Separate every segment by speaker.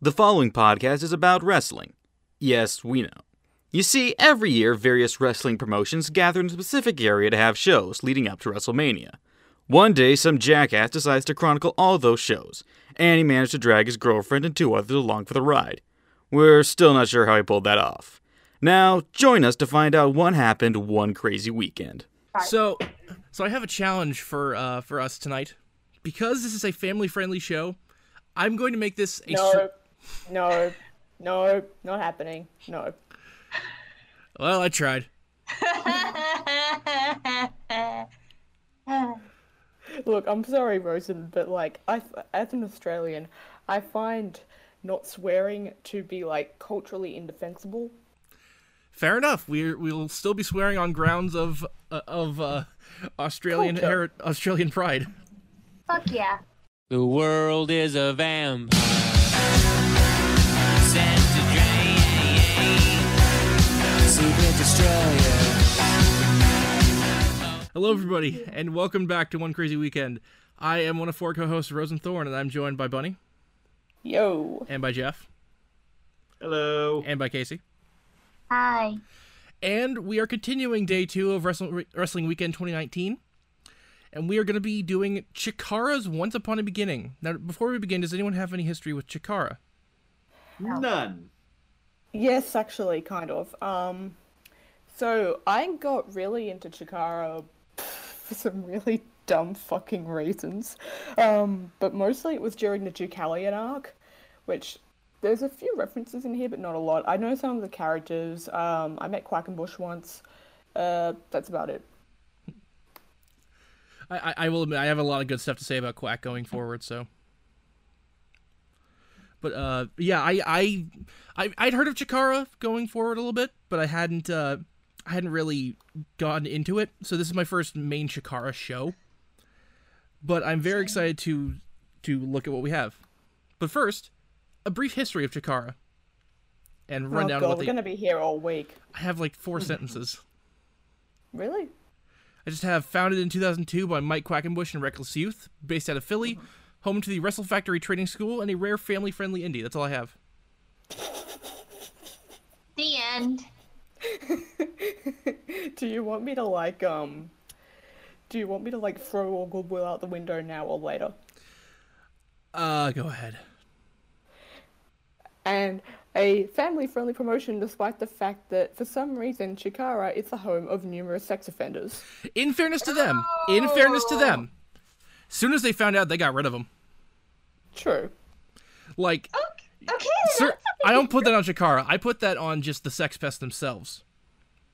Speaker 1: The following podcast is about wrestling. Yes, we know. You see, every year, various wrestling promotions gather in a specific area to have shows leading up to WrestleMania. One day, some jackass decides to chronicle all those shows, and he managed to drag his girlfriend and two others along for the ride. We're still not sure how he pulled that off. Now, join us to find out what happened one crazy weekend.
Speaker 2: So, so I have a challenge for uh, for us tonight, because this is a family friendly show. I'm going to make this a
Speaker 3: No, no, no, not happening. No.
Speaker 2: str- well. I tried.
Speaker 3: Look, I'm sorry, Rosen, but like, I, f- as an Australian, I find not swearing to be like culturally indefensible.
Speaker 2: Fair enough. We we'll still be swearing on grounds of uh, of uh, Australian
Speaker 3: Culture.
Speaker 2: heri- Australian pride.
Speaker 4: Fuck yeah.
Speaker 5: The world is a vampire. Sent to drain. Secret destroyer.
Speaker 2: Hello, everybody, and welcome back to One Crazy Weekend. I am one of four co-hosts, Rosen Thorne, and I'm joined by Bunny
Speaker 3: Yo.
Speaker 2: and by Jeff
Speaker 6: Hello.
Speaker 2: and by Casey.
Speaker 4: Hi.
Speaker 2: And we are continuing day two of Wrestle- Wrestling Weekend 2019. And we are going to be doing Chikara's Once Upon a Beginning. Now, before we begin, does anyone have any history with Chikara?
Speaker 6: None.
Speaker 3: Yes, actually, kind of. Um, so I got really into Chikara for some really dumb fucking reasons. Um, but mostly it was during the Deucalion arc, which there's a few references in here, but not a lot. I know some of the characters. Um, I met Quackenbush once. Uh, that's about it.
Speaker 2: I, I, I will admit, I have a lot of good stuff to say about Quack going forward, so. But uh, yeah, I, I, I I'd heard of Chikara going forward a little bit, but I hadn't uh, I hadn't really gotten into it. So this is my first main Chikara show. But I'm very excited to to look at what we have. But first, a brief history of Chikara. And run
Speaker 3: oh
Speaker 2: down
Speaker 3: god,
Speaker 2: what
Speaker 3: we're
Speaker 2: they.
Speaker 3: gonna be here all week.
Speaker 2: I have like four sentences.
Speaker 3: Really?
Speaker 2: I just have founded in 2002 by Mike Quackenbush and Reckless Youth, based out of Philly, home to the Wrestle Factory Training School and a rare family-friendly indie. That's all I have.
Speaker 4: The end.
Speaker 3: Do you want me to like um? Do you want me to like throw all goodwill out the window now or later?
Speaker 2: Uh, go ahead.
Speaker 3: and a family-friendly promotion despite the fact that for some reason Chikara is the home of numerous sex offenders.
Speaker 2: In fairness to them, in fairness to them, soon as they found out, they got rid of him.
Speaker 3: True.
Speaker 2: Like,
Speaker 4: Okay.
Speaker 2: sir, I don't put that on Shakara. I put that on just the Sex Pest themselves.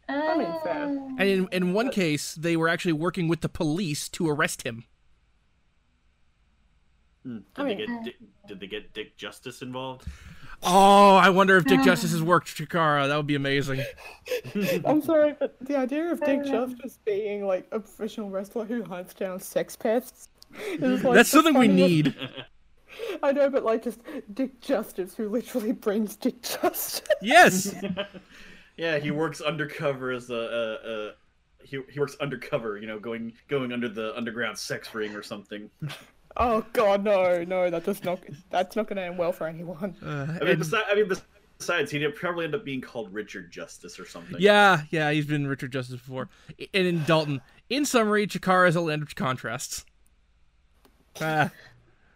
Speaker 3: I mean, fair.
Speaker 2: And in, in one case, they were actually working with the police to arrest him.
Speaker 6: Did they get Dick, did they get Dick Justice involved?
Speaker 2: Oh, I wonder if Dick Justice has worked Shakara. That would be amazing.
Speaker 3: I'm sorry, but the idea of Dick Justice being like a professional wrestler who hunts down sex pests is like
Speaker 2: That's
Speaker 3: the
Speaker 2: something we
Speaker 3: funniest-
Speaker 2: need.
Speaker 3: I know, but like just Dick Justice who literally brings Dick Justice.
Speaker 2: Yes.
Speaker 6: Yeah, he works undercover as a, a, a he, he works undercover, you know, going going under the underground sex ring or something.
Speaker 3: oh god, no, no, that does not that's not gonna end well for anyone.
Speaker 6: I mean, besides, I mean, besides, he'd probably end up being called Richard Justice or something.
Speaker 2: Yeah, yeah, he's been Richard Justice before. I- And in Dalton. In summary, Chikara is a land of contrasts. Ah,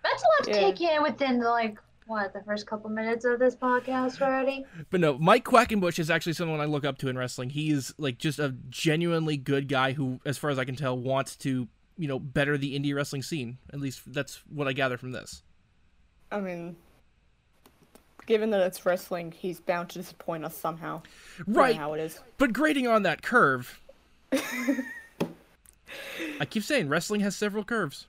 Speaker 4: That's a lot to
Speaker 3: Yeah.
Speaker 4: take in within the, like, what, the first couple minutes of this podcast already?
Speaker 2: but no, Mike Quackenbush is actually someone I look up to in wrestling. He is like just a genuinely good guy who, as far as I can tell, wants to you know better the indie wrestling scene. At least that's what I gather from this.
Speaker 3: I mean given that it's wrestling, he's bound to disappoint us somehow. You know
Speaker 2: Right.
Speaker 3: how it is.
Speaker 2: But grading on that curve, I keep saying wrestling has several curves.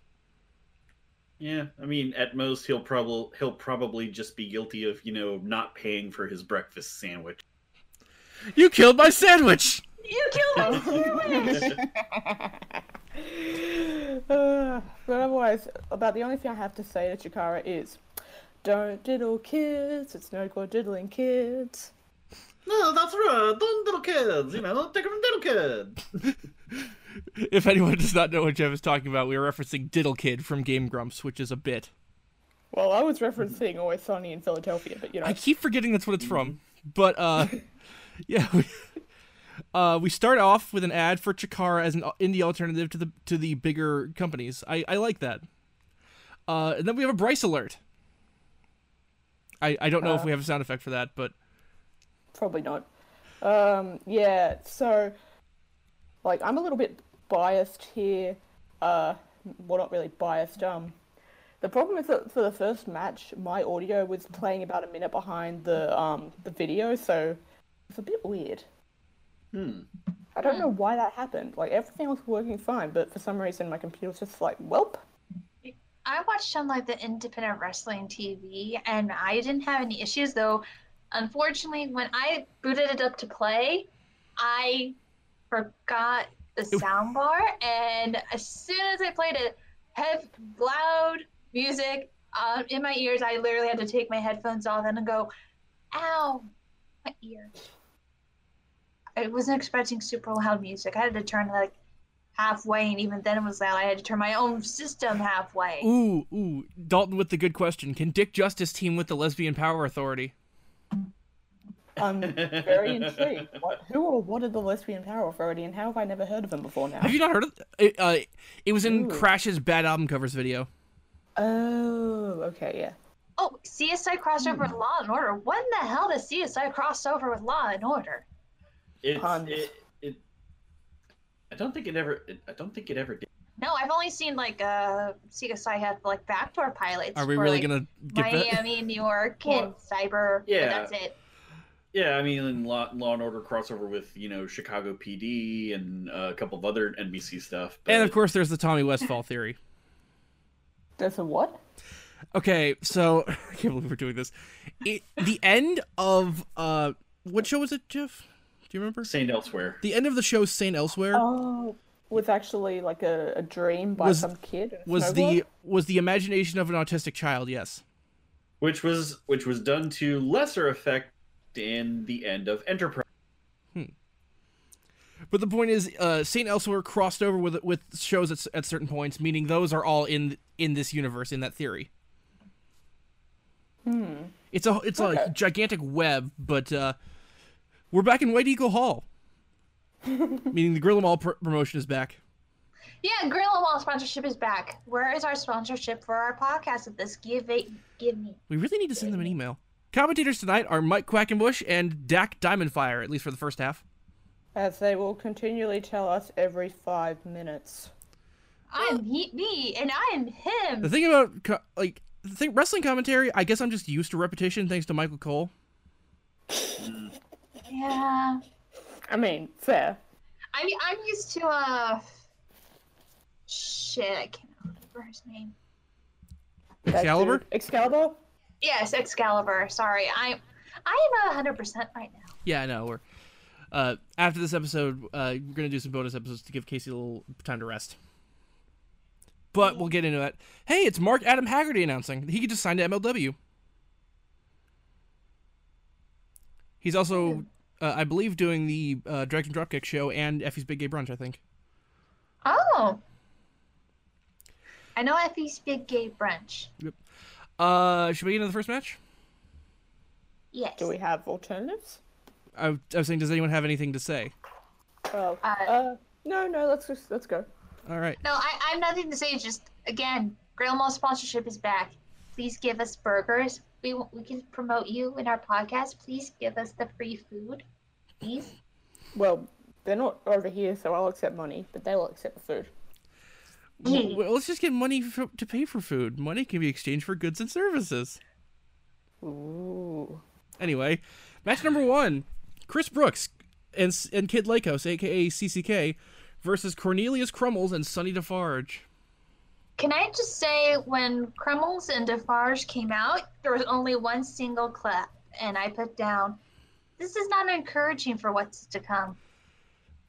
Speaker 6: Yeah, I mean, at most he'll probably he'll probably just be guilty of you know not paying for his breakfast sandwich.
Speaker 2: You killed my sandwich.
Speaker 4: You killed me!
Speaker 3: Uh, but otherwise, about the only thing I have to say to Chikara is, don't diddle kids. It's no good diddling kids.
Speaker 6: No, that's right. Don't little kids, you know, take them little kids.
Speaker 2: If anyone does not know what Jeff is talking about, we are referencing Diddle Kid from Game Grumps, which is a bit.
Speaker 3: Well, I was referencing Always Sunny in Philadelphia, but you know,
Speaker 2: I keep forgetting that's what it's from. But uh, yeah, we, uh, we start off with an ad for Chikara as an al- indie alternative to the to the bigger companies. I, I like that. Uh, and then we have a Bryce alert. I, I don't know if we have a sound effect for that, but
Speaker 3: probably not. Um, yeah, so like I'm a little bit biased here. Uh, well, not really biased. Um, the problem is that for the first match, my audio was playing about a minute behind the um the video, so it's a bit weird. Hmm. I don't know why that happened. Like everything was working fine, but for some reason my computer's just like, welp.
Speaker 4: I watched on like the independent wrestling TV, and I didn't have any issues though. Unfortunately, when I booted it up to play, I forgot the sound bar, and as soon as I played it, have loud music um, in my ears. I literally had to take my headphones off and go, "Ow, my ear!" I wasn't expecting super loud music. I had to turn like halfway, and even then it was loud. I had to turn my own system halfway.
Speaker 2: ooh ooh Dalton with the good question: Can Dick Justice team with the Lesbian Power Authority?
Speaker 3: I'm very intrigued. What, who or what are the Lesbian Power Authority, and how have I never heard of them before now?
Speaker 2: Have you not heard of it? Uh, it was in
Speaker 3: Ooh.
Speaker 2: Crash's bad album covers video.
Speaker 3: Oh, okay, yeah.
Speaker 4: Oh, CSI crossover
Speaker 2: Hmm.
Speaker 4: with Law and Order. When the hell does CSI crossover with Law and Order?
Speaker 6: It's,
Speaker 3: Puns.
Speaker 6: it, it, I don't think it ever. It, I don't think it ever did.
Speaker 4: No, I've only seen like uh CSI have like backdoor pilots.
Speaker 2: Are we
Speaker 4: for,
Speaker 2: really
Speaker 4: like,
Speaker 2: gonna get that?
Speaker 4: Miami, New York, and Cyber? but
Speaker 6: yeah.
Speaker 4: that's it.
Speaker 6: Yeah, I mean, in Law, Law and Order crossover with you know Chicago PD and uh, a couple of other NBC stuff.
Speaker 2: And of course, there's the Tommy Westfall theory.
Speaker 3: There's a what?
Speaker 2: Okay, so I can't believe we're doing this. It, the end of uh, what show was it, Jeff? Do you remember?
Speaker 6: Saint elsewhere.
Speaker 2: The end of the show Saint Elsewhere
Speaker 3: Oh, was actually like a, a dream by
Speaker 2: Was-
Speaker 3: some kid. in a
Speaker 2: was
Speaker 3: snowboard?
Speaker 2: the was the imagination of an autistic child. Yes.
Speaker 6: which was which was done to lesser effect in the end of Enterprise.
Speaker 2: But the point is, uh, Saint Elsewhere crossed over with with shows at, s- at certain points, meaning those are all in in this universe in that theory. Hmm. It's a it's a
Speaker 3: Okay.
Speaker 2: gigantic web, but uh, we're back in White Eagle Hall, meaning the Gorilla Mall pr- promotion is back.
Speaker 4: Yeah, Gorilla Wall sponsorship is back. Where is our sponsorship for our podcast? At this give it, give me.
Speaker 2: We really need to send them an email. Commentators tonight are Mike Quackenbush and Dak Diamondfire, at least for the first half.
Speaker 3: As they will continually tell us every five minutes.
Speaker 4: I'm he, me, and I'm
Speaker 2: The
Speaker 4: him.
Speaker 2: thing about co- like the thing, wrestling commentary, I guess I'm just used to repetition thanks to Michael Cole.
Speaker 4: Yeah.
Speaker 3: I mean, fair.
Speaker 4: I mean, I'm used to uh. Shit, I can't remember his name.
Speaker 3: That
Speaker 2: Excalibur?
Speaker 3: dude- Excalibur?
Speaker 4: Yes, Excalibur. Sorry, I, I am a 100% right now.
Speaker 2: Yeah, I know. We're uh, after this episode, uh, we're gonna do some bonus episodes to give Casey a little time to rest. But we'll get into that. Hey, it's Mark Adam Haggerty announcing he just signed to MLW. He's also, uh, I believe, doing the uh, Dragon Dropkick show and Effie's Big Gay Brunch. I think.
Speaker 4: Oh. I know Effie's big gay brunch.
Speaker 2: Uh, should we get into the first match?
Speaker 4: Yes.
Speaker 3: Do we have alternatives?
Speaker 2: I, I was saying, does anyone have anything to say?
Speaker 3: Oh,
Speaker 4: Uh,
Speaker 3: uh, no, no, let's just, let's go.
Speaker 2: All right.
Speaker 4: No, I, I have nothing to say. Just again, Grail Mall sponsorship is back. Please give us burgers. We w- we can promote you in our podcast. Please give us the free food. Please.
Speaker 3: Well, they're not over here, so I'll accept money, but they will accept the food.
Speaker 2: Well, well, let's just get money for, to pay for food. Money can be exchanged for goods and services.
Speaker 3: Ooh.
Speaker 2: Anyway, match number one: Chris Brooks and and Kid Lakos, aka CCK, versus Cornelius Crummles and Sonny Defarge.
Speaker 4: Can I just say when Crumbles and Defarge came out, there was only one single clap, and I put down. This is not encouraging for what's to come.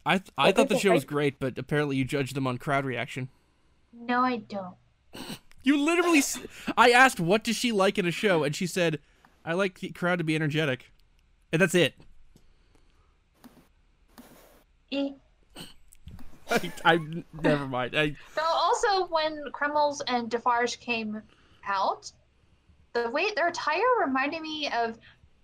Speaker 2: I th- I thought the
Speaker 3: think
Speaker 2: show
Speaker 3: I-
Speaker 2: was great, but apparently you judged them on crowd reaction.
Speaker 4: No, I don't.
Speaker 2: You literally, s- I asked what does she like in a show, and she said, "I like the crowd to be energetic," and that's it.
Speaker 4: Eh.
Speaker 2: I, I- never mind. I
Speaker 4: So also when Kremls and Defarge came out, the way their attire reminded me of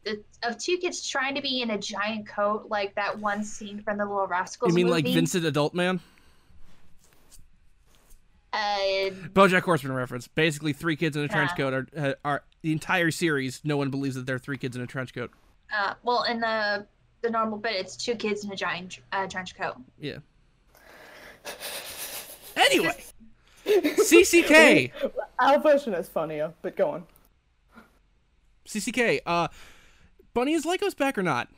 Speaker 4: the, of two kids trying to be in a giant coat, like that one scene from the Little Rascals.
Speaker 2: You mean like
Speaker 4: movie.
Speaker 2: Vincent Adult Man?
Speaker 4: Uh,
Speaker 2: BoJack Horseman reference. Basically, three kids in a trench
Speaker 4: Yeah.
Speaker 2: coat are, ha- are the entire series. No one believes that there are three kids in a trench coat.
Speaker 4: uh, well, in the the normal bit, it's two kids in a giant uh, trench coat.
Speaker 2: Yeah. Anyway, CCK,
Speaker 3: Our version is funnier, but go on.
Speaker 2: CCK. Uh, Bunny is Lycos back or not?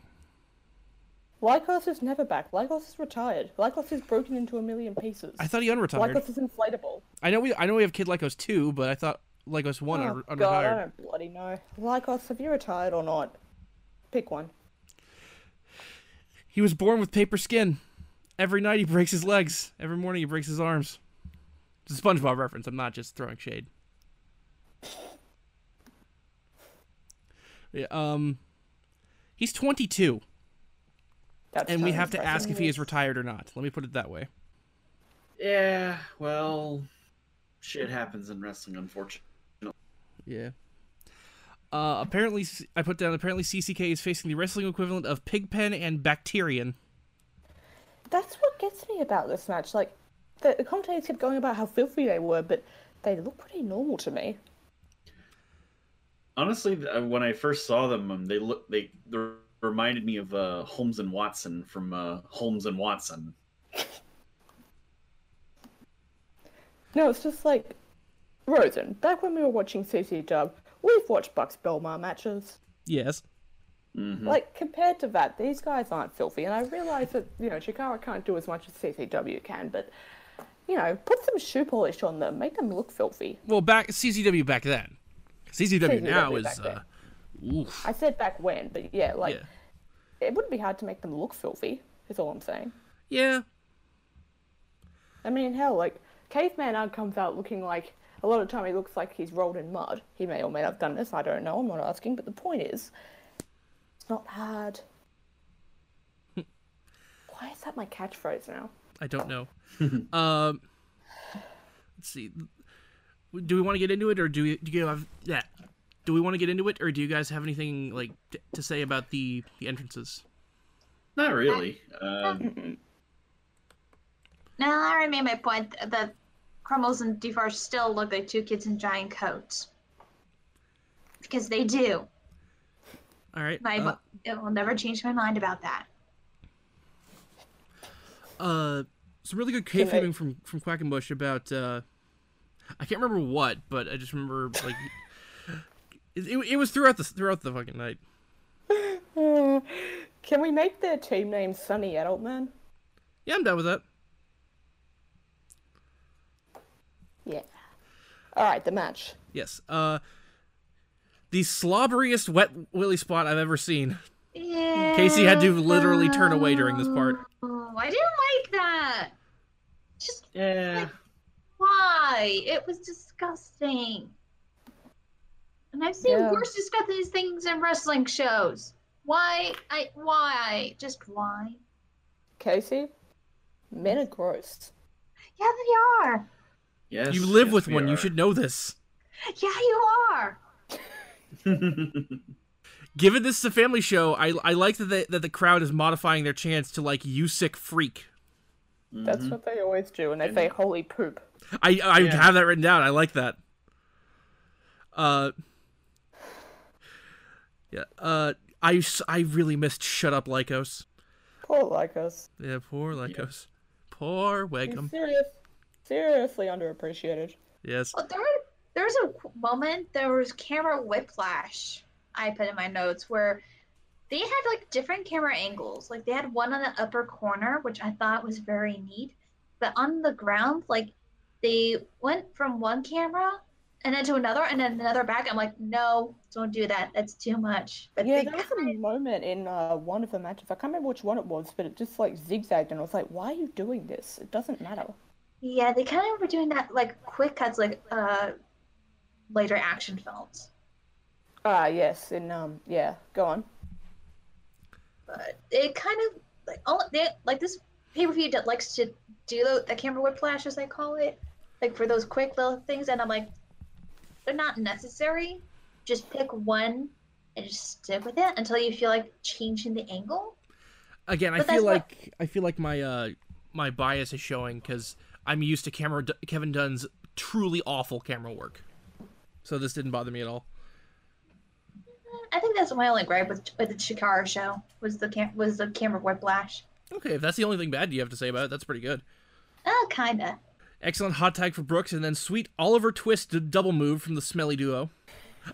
Speaker 3: Lycos is never back. Lycos is retired. Lycos is broken into a million pieces.
Speaker 2: I thought he unretired.
Speaker 3: Lycos is inflatable.
Speaker 2: I know we I know we have Kid Lycos two, but I thought Lycos one
Speaker 3: Oh,
Speaker 2: un
Speaker 3: God, I
Speaker 2: unretired.
Speaker 3: don't bloody know. Lycos, have you retired or not? Pick one.
Speaker 2: He was born with paper skin. Every night he breaks his legs. Every morning he breaks his arms. It's a SpongeBob reference. I'm not just throwing shade. Yeah, um, he's 22,
Speaker 3: That's
Speaker 2: and we
Speaker 3: kinda
Speaker 2: have to ask
Speaker 3: depressing.
Speaker 2: if he is retired or not. Let me put it that way.
Speaker 6: Yeah, well, shit happens in wrestling, unfortunately.
Speaker 2: Yeah. Uh, apparently, I put down. Apparently, CCK is facing the wrestling equivalent of Pigpen and Bacterian.
Speaker 3: That's what gets me about this match. Like, the, the commentators kept going about how filthy they were, but they look pretty normal to me.
Speaker 6: Honestly, th- uh, when I first saw them, um, they look they, they reminded me of uh, Holmes and Watson from uh, Holmes and Watson.
Speaker 3: No, it's just like, Rosen, back when we were watching CC Dub, we've watched Bucks Belmar matches.
Speaker 2: Yes.
Speaker 3: Like, compared to that, these guys aren't filthy, and I realize that, you know, Chikara can't do as much as CCW can, but, you know, put some shoe polish on them, make them look filthy.
Speaker 2: Well, back CCW back then. CCW, now
Speaker 3: CZW
Speaker 2: is.
Speaker 3: back
Speaker 2: Uh,
Speaker 3: then.
Speaker 2: oof.
Speaker 3: I said back when, but yeah, like,
Speaker 2: Yeah.
Speaker 3: it wouldn't be hard to make them look filthy, is all I'm saying.
Speaker 2: Yeah.
Speaker 3: I mean, hell, like, Caveman Ugg comes out looking like, a lot of time he looks like he's rolled in mud. He may or may not have done this, I don't know, I'm not asking, but the point is, it's not hard. Why is that my catchphrase now?
Speaker 2: I don't know. um, let's see. Do we want to get into it, or do we, do you have yeah? Do we want to get into it, or do you guys have anything like t- to say about the the entrances?
Speaker 6: Not really. Uh,
Speaker 4: Now I made my point th- that Crumbles and Defarge still look like two kids in giant coats. Because they do.
Speaker 2: All right.
Speaker 4: My,
Speaker 2: uh,
Speaker 4: it will never change my mind about that.
Speaker 2: uh, some really good
Speaker 3: Can I-
Speaker 2: kayfabing from from Quackenbush about uh, I can't remember what, but I just remember like it, it, it was throughout the throughout the fucking night.
Speaker 3: Uh, Can we make their team name Sunny Adult Man?
Speaker 2: Yeah, I'm down with that.
Speaker 3: Yeah. Alright, the match.
Speaker 2: Yes. Uh, the slobberiest wet willy spot I've ever seen. Casey had to literally turn away during this part.
Speaker 4: Oh, I didn't like that. Just
Speaker 6: yeah.
Speaker 4: why? It was disgusting. And I've seen
Speaker 3: Yeah.
Speaker 4: worse disgusting things in wrestling shows. Why? I why? Just why?
Speaker 3: Casey? Men are gross.
Speaker 4: Yeah, they are.
Speaker 6: Yes.
Speaker 2: You live
Speaker 6: yes,
Speaker 2: with
Speaker 6: we
Speaker 2: one. You
Speaker 6: are.
Speaker 2: should know this.
Speaker 4: Yeah, you are.
Speaker 2: Given this is a family show, I I like that the, that the crowd is modifying their chants to like "you sick freak."
Speaker 3: That's what they always do, Mm-hmm. and they say holy poop.
Speaker 2: I I
Speaker 6: Yeah.
Speaker 2: have that written down. I like that. Uh. Yeah. Uh. I, s- I really missed Shut Up Lycos.
Speaker 3: Poor Lycos.
Speaker 2: Yeah, poor Lycos. Poor Wegum.
Speaker 3: Serious. Seriously underappreciated.
Speaker 2: Yes.
Speaker 4: Well, there, there's a qu- moment there was camera whiplash. I put in my notes where they had like different camera angles. Like they had one on the upper corner, which I thought was very neat. But on the ground, like they went from one camera and then to another and then another back. I'm like, no, don't do that. That's too much. But
Speaker 3: Yeah,
Speaker 4: they
Speaker 3: there was
Speaker 4: kinda-
Speaker 3: a moment in uh, one of the matches. I can't remember which one it was, but it just like zigzagged, and I was like, "Why are you doing this? It doesn't matter."
Speaker 4: Yeah, they kind of were doing that like quick cuts, like uh, later action films.
Speaker 3: Ah, yes, and um, yeah, go on.
Speaker 4: but it kind of like all they like this pay per view that likes to do the, the camera whiplash as they call it, like for those quick little things, and I'm like, they're not necessary. just pick one and just stick with it until you feel like changing the angle.
Speaker 2: Again, I
Speaker 4: But
Speaker 2: feel
Speaker 4: that's what-
Speaker 2: like I feel like my uh my bias is showing because I'm used to camera D- Kevin Dunn's truly awful camera work, so this didn't bother me at all.
Speaker 4: I think that's my only gripe with with the Chikara show was the cam- was the camera whiplash.
Speaker 2: Okay, if that's the only thing bad you have to say about it, that's pretty good.
Speaker 4: Oh, kinda.
Speaker 2: Excellent hot tag for Brooks, and then sweet Oliver Twist d- double move from the smelly duo.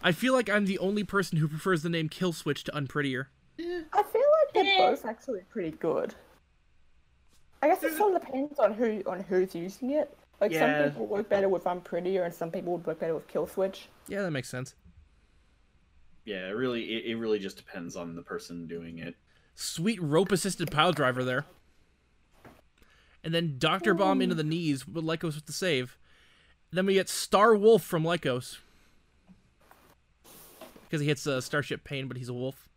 Speaker 2: I feel like I'm the only person who prefers the name Kill Switch to Unprettier.
Speaker 3: I feel like they're
Speaker 4: Eh.
Speaker 3: both actually pretty good. I guess it sort of depends on who on who's using it. Like
Speaker 6: Yeah.
Speaker 3: some people work better with I'm prettier, and some people would work better with kill switch.
Speaker 2: Yeah, that makes sense.
Speaker 6: Yeah, it really it, it really just depends on the person doing it.
Speaker 2: Sweet rope assisted pile driver there. And then Doctor Bomb into the knees with Lycos with the save. Then we get Star Wolf from Lycos. Because he hits uh, Starship Pain, but he's a wolf.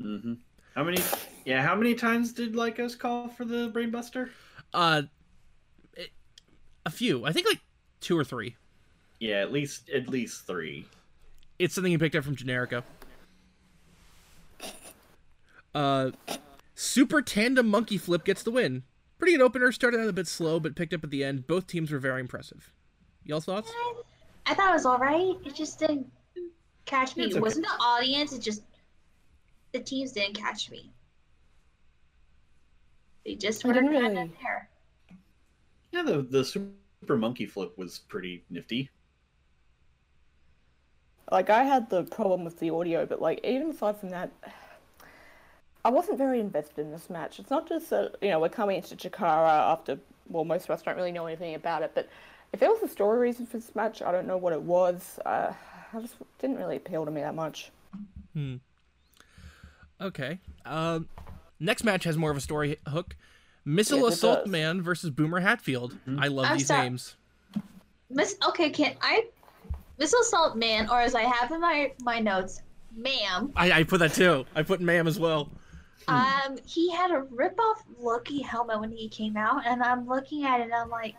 Speaker 6: hmm How many? Yeah, how many times did Lycos call for the brainbuster?
Speaker 2: Uh, it- a few. I think like two or three.
Speaker 6: Yeah, at least at least three.
Speaker 2: It's something he picked up from Generica. Uh, Super Tandem Monkey Flip gets the win. Pretty good opener. Started out a bit slow, but picked up at the end. Both teams were very impressive. Y'all thoughts?
Speaker 4: I thought it was all right. It just didn't catch me.
Speaker 2: It's
Speaker 4: It
Speaker 2: okay.
Speaker 4: wasn't the audience. It just the teams didn't catch me. They just
Speaker 3: I
Speaker 4: were
Speaker 3: didn't
Speaker 4: kind of
Speaker 3: really-
Speaker 4: there.
Speaker 6: Yeah, the the super monkey flip was pretty nifty.
Speaker 3: Like I had the problem with the audio, but like even aside from that, I wasn't very invested in this match. It's not just that you know we're coming into Chikara after well most of us don't really know anything about it, but if there was a story reason for this match, I don't know what it was. Uh, I just didn't really appeal to me that much.
Speaker 2: Okay. Um, next match has more of a story hook. Missile
Speaker 3: Yes, it
Speaker 2: Assault
Speaker 3: does. Mm-hmm.
Speaker 2: Man versus Boomer Hatfield. I love
Speaker 4: I'm
Speaker 2: these
Speaker 4: sorry.
Speaker 2: names.
Speaker 4: Miss okay, can I Missile Salt Man, or as I have in my my notes, ma'am.
Speaker 2: I, I put that too. I put Ma'am as well.
Speaker 4: Um, he had a rip-off Loki helmet when he came out, and I'm looking at it, and I'm like,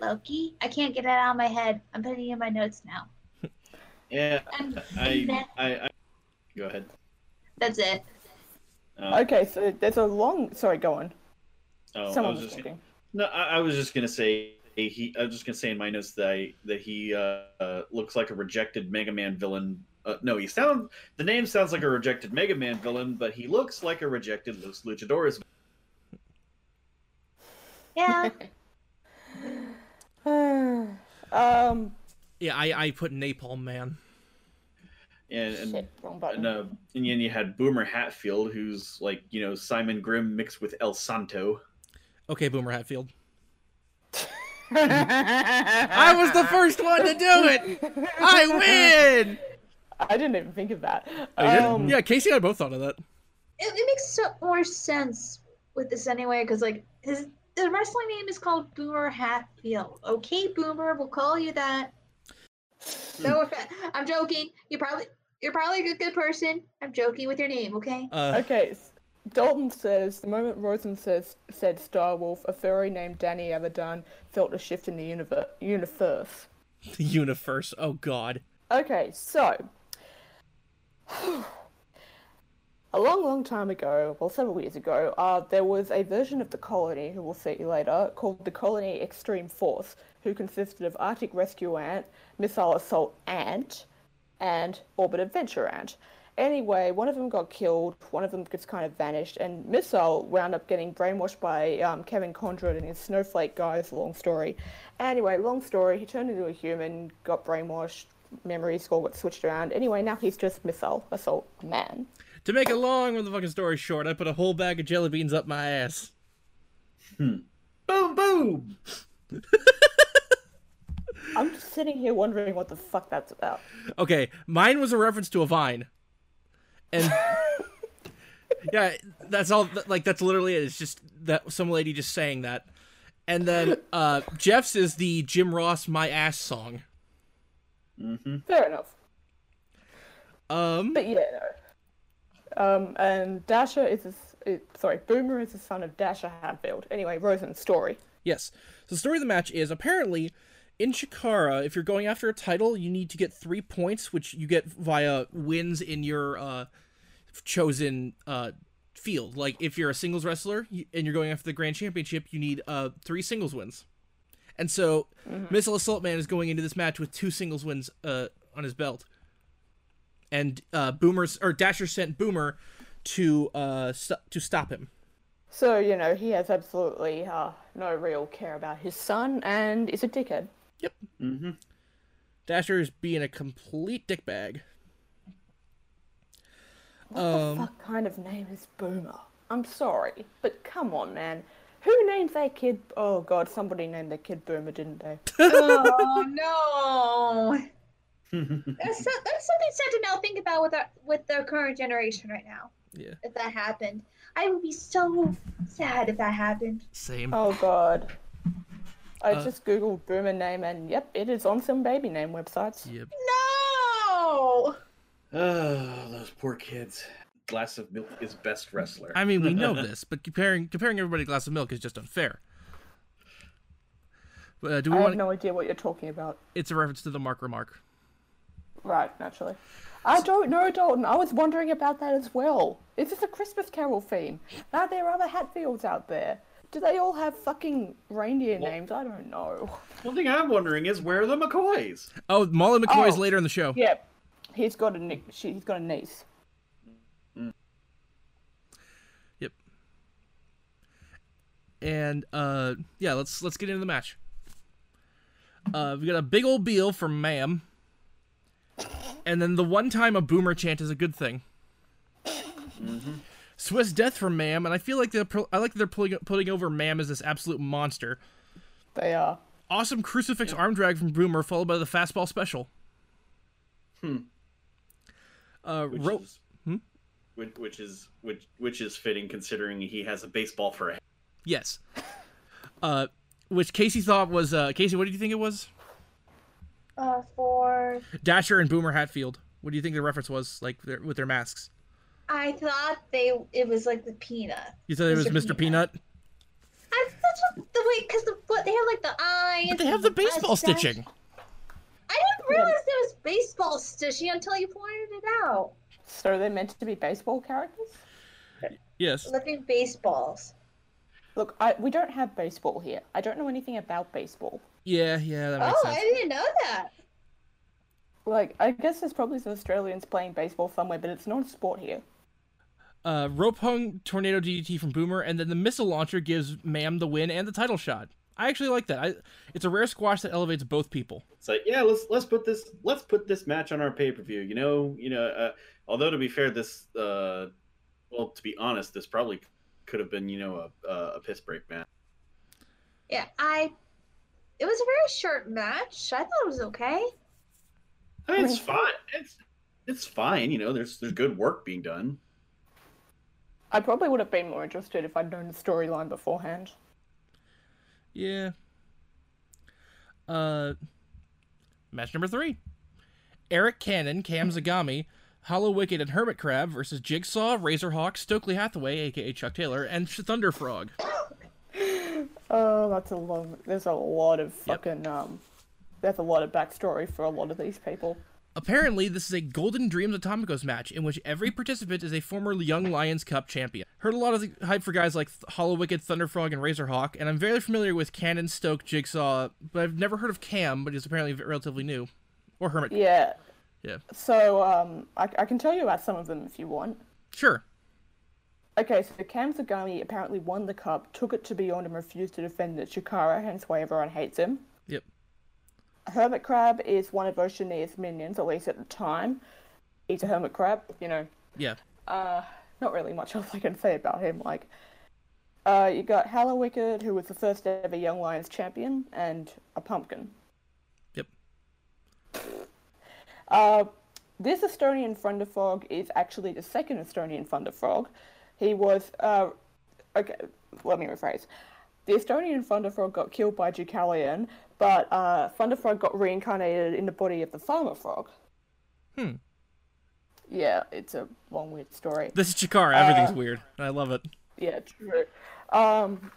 Speaker 4: Loki. I can't get it out of my head. I'm putting it in my notes now.
Speaker 6: Yeah,
Speaker 4: And, and
Speaker 6: I
Speaker 4: that,
Speaker 6: I, I go ahead.
Speaker 4: that's it.
Speaker 6: Uh,
Speaker 3: Okay, so there's a long. Sorry, go on.
Speaker 6: oh, I
Speaker 3: Someone
Speaker 6: was
Speaker 3: was
Speaker 6: just
Speaker 3: talking.
Speaker 6: no, I, I was just gonna say he. I was just gonna say in my notes that I, that he uh, uh, looks like a rejected Mega Man villain. Uh, no, he sound the name sounds like a rejected Mega Man villain, but he looks like a rejected Los Luchadores.
Speaker 4: Yeah.
Speaker 3: um,
Speaker 2: Yeah, I, I put Napalm Man.
Speaker 6: And, and
Speaker 3: shit, wrong button.
Speaker 6: And, uh, and then you had Boomer Hatfield, who's like, you know, Simon Grimm mixed with El Santo.
Speaker 2: Okay, Boomer Hatfield. I was the first one to do it. I win.
Speaker 3: I didn't even think of that.
Speaker 6: Oh,
Speaker 3: Um,
Speaker 2: yeah, Casey and I both thought of that.
Speaker 4: it, it makes so more sense with this anyway because like his the wrestling name is called boomer hatfield okay boomer we'll call you that no offense i'm joking you probably you're probably a good person i'm joking with your name okay
Speaker 2: Uh,
Speaker 3: Okay, s- Dalton says the moment Rosen says said Star Wolf, a furry named Danny Abadan felt a shift in the universe. universe.
Speaker 2: the universe. Oh God.
Speaker 3: Okay, so a long, long time ago, well, several years ago, uh, there was a version of the colony, who we'll see later, called the Colony Extreme Force, who consisted of Arctic Rescue Ant, Missile Assault Ant, and Orbit Adventure Ant. Anyway, one of them got killed, one of them just kind of vanished, and Missile wound up getting brainwashed by um, Kevin Condred and his snowflake guys. Long story. Anyway, long story, he turned into a human, got brainwashed, memories all got switched around. Anyway, now he's just Missile Assault Man.
Speaker 2: To make a long motherfucking story short, I put a whole bag of jelly beans up my ass.
Speaker 6: Boom, boom!
Speaker 3: I'm just sitting here wondering what the fuck that's about.
Speaker 2: Okay, mine was a reference to a vine, and yeah, that's all. th- Like that's literally it. It's just that some lady just saying that, and then uh, Jeff's is the Jim Ross "My Ass" song.
Speaker 3: Fair enough.
Speaker 2: Um,
Speaker 3: But yeah, no. Um, and Dasher is his, eh, sorry, Boomer is the son of Dasher Hadfield. Anyway, Rosen's story.
Speaker 2: yes. So the story of the match is apparently in Shikara, if you're going after a title, you need to get three points, which you get via wins in your uh, chosen uh, field. Like if you're a singles wrestler you- and you're going after the grand championship, you need uh, three singles wins. And so, Missile Assault Man is going into this match with two singles wins uh, on his belt. And uh, Boomer's or Dasher sent Boomer to uh, st- to stop him.
Speaker 3: So, you know, he has absolutely uh, no real care about his son and is a dickhead.
Speaker 2: Dasher is being a complete dickbag. Um,
Speaker 3: What the fuck kind of name is Boomer? I'm sorry, but come on, man. Who named their kid? Oh god, somebody named their kid Boomer, didn't they?
Speaker 4: oh no. that's, so- that's something sad to now think about with our with the current generation right now.
Speaker 2: Yeah.
Speaker 4: If that happened, I would be so sad if that happened.
Speaker 2: Same.
Speaker 3: Oh god. I
Speaker 2: Uh,
Speaker 3: just googled Boomer name and yep, it is on some baby name websites.
Speaker 2: Yep.
Speaker 4: No.
Speaker 6: Oh, those poor kids. Glass of milk is best wrestler.
Speaker 2: I mean, we know this, but comparing comparing everybody to glass of milk is just unfair. But, uh, do we
Speaker 3: I
Speaker 2: want?
Speaker 3: have no idea what you're talking about.
Speaker 2: It's a reference to the Mark remark.
Speaker 3: Right, naturally. I don't know, Dalton. I was wondering about that as well. Is this a Christmas Carol theme? Are there other Hatfields out there? Do they all have fucking reindeer names? I don't know.
Speaker 6: One thing I'm wondering is where are the McCoys?
Speaker 2: Oh, Molly McCoy is
Speaker 3: Oh.
Speaker 2: later in the show.
Speaker 3: Yeah, he's got a nick. She, he's got a niece.
Speaker 2: Yep. And uh, yeah, let's let's get into the match. Uh, we got a big old Beal from Ma'am, and then the one time a Boomer chant is a good thing.
Speaker 6: Mm-hmm.
Speaker 2: Swiss Death from Ma'am, and I feel like they're pro- I like that they're pulling, putting over Ma'am as this absolute monster.
Speaker 3: They are.
Speaker 2: Awesome crucifix arm drag from Boomer, followed by the fastball special. Hmm. Uh,
Speaker 6: Which
Speaker 2: rope.
Speaker 6: is, which, which is which which is fitting considering he has a baseball for a
Speaker 2: Yes. Uh, which Casey thought was uh, Casey. What did you think it was?
Speaker 4: Uh, for
Speaker 2: Dasher and Boomer Hatfield. What do you think the reference was? Like their, with their masks.
Speaker 4: I thought they it was like the peanut.
Speaker 2: You thought it was Mr. Peanut.
Speaker 4: I, that's what the way because the what they have like the eye.
Speaker 2: But they have the baseball stitching.
Speaker 4: I didn't realize there was baseball stitching until you pointed it out.
Speaker 3: So they're meant to be baseball characters.
Speaker 2: Yes.
Speaker 4: Living baseballs.
Speaker 3: Look, I, we don't have baseball here. I don't know anything about baseball.
Speaker 2: Yeah. Yeah. That makes
Speaker 4: Oh, I
Speaker 2: sense.
Speaker 4: didn't know that.
Speaker 3: Like, I guess there's probably some Australians playing baseball somewhere, but it's not a sport here.
Speaker 2: Uh, rope hung tornado DDT from Boomer, and then the missile launcher gives Ma'am the win and the title shot. I actually like that. I, it's a rare squash that elevates both people.
Speaker 6: It's like, yeah, let's let's put this let's put this match on our pay per view. You know, you know. Uh, although to be fair, this uh, well, to be honest, this probably could have been you know a a a piss break match.
Speaker 4: Yeah, I. It was a very short match. I thought it was okay.
Speaker 6: I mean, it's fine. It's it's fine. You know, there's there's good work being done.
Speaker 3: I probably would have been more interested if I'd known the storyline beforehand.
Speaker 2: Yeah. Uh, match number three: Eric Cannon, Cam Zagami, Hollow Wicked, and Hermit Crab versus Jigsaw, Razorhawk, Stokely Hathaway, aka Chuck Taylor, and Thunder Frog.
Speaker 3: Oh, that's a long. There's a lot of fucking um. There's a lot of backstory for a lot of these people.
Speaker 2: Apparently, this is a Golden Dreams Atomicos match in which every participant is a former Young Lions Cup champion. Heard a lot of the hype for guys like Th- Hollow Wicked, Thunder Frog, and Razorhawk, and I'm very familiar with Cannon, Stoke, Jigsaw, but I've never heard of Cam, but he's apparently v- relatively new. Or Hermit.
Speaker 3: Yeah.
Speaker 2: Yeah.
Speaker 3: So um, I, I can tell you about some of them if you want.
Speaker 2: Sure.
Speaker 3: Okay, so Cam Sagami apparently won the cup, took it to Beyond, and refused to defend it. Shikara, hence why everyone hates him.
Speaker 2: Yep.
Speaker 3: Hermit Crab is one of Oceania's minions, at least at the time. He's a hermit crab, you know,
Speaker 2: Yeah.
Speaker 3: Uh, not really much else I can say about him. Like, uh, you got Hallow Wicked, who was the first ever Young Lions champion, and a pumpkin.
Speaker 2: Yep.
Speaker 3: Uh, this Estonian Thunderfrog is actually the second Estonian Thunderfrog. He was, uh, okay, let me rephrase. The Estonian Thunderfrog got killed by Deucalion, but uh, Thunderfrog got reincarnated in the body of the Farmer Frog.
Speaker 2: Hmm.
Speaker 3: Yeah, it's a long, weird story.
Speaker 4: Uh.
Speaker 2: This is Chikara. Everything's weird. I love it.
Speaker 3: Yeah, true. Um,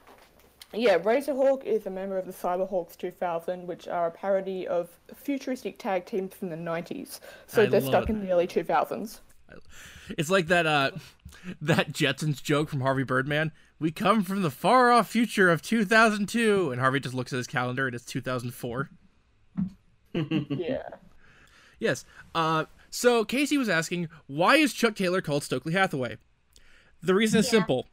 Speaker 3: Yeah, Razorhawk is a member of the Cyberhawks 2000, which are a parody of futuristic tag teams from the 90s. So
Speaker 2: I
Speaker 3: they're
Speaker 2: love
Speaker 3: stuck
Speaker 2: it.
Speaker 3: in the early 2000s.
Speaker 2: It's like that uh that Jetsons joke from Harvey Birdman. We come from the far off future of 2002, and Harvey just looks at his calendar and it's 2004. Mm-hmm.
Speaker 3: yeah.
Speaker 2: Yes. Uh, so Casey was asking, why is Chuck Taylor called Stokely Hathaway? The reason is
Speaker 4: Yeah.
Speaker 2: simple.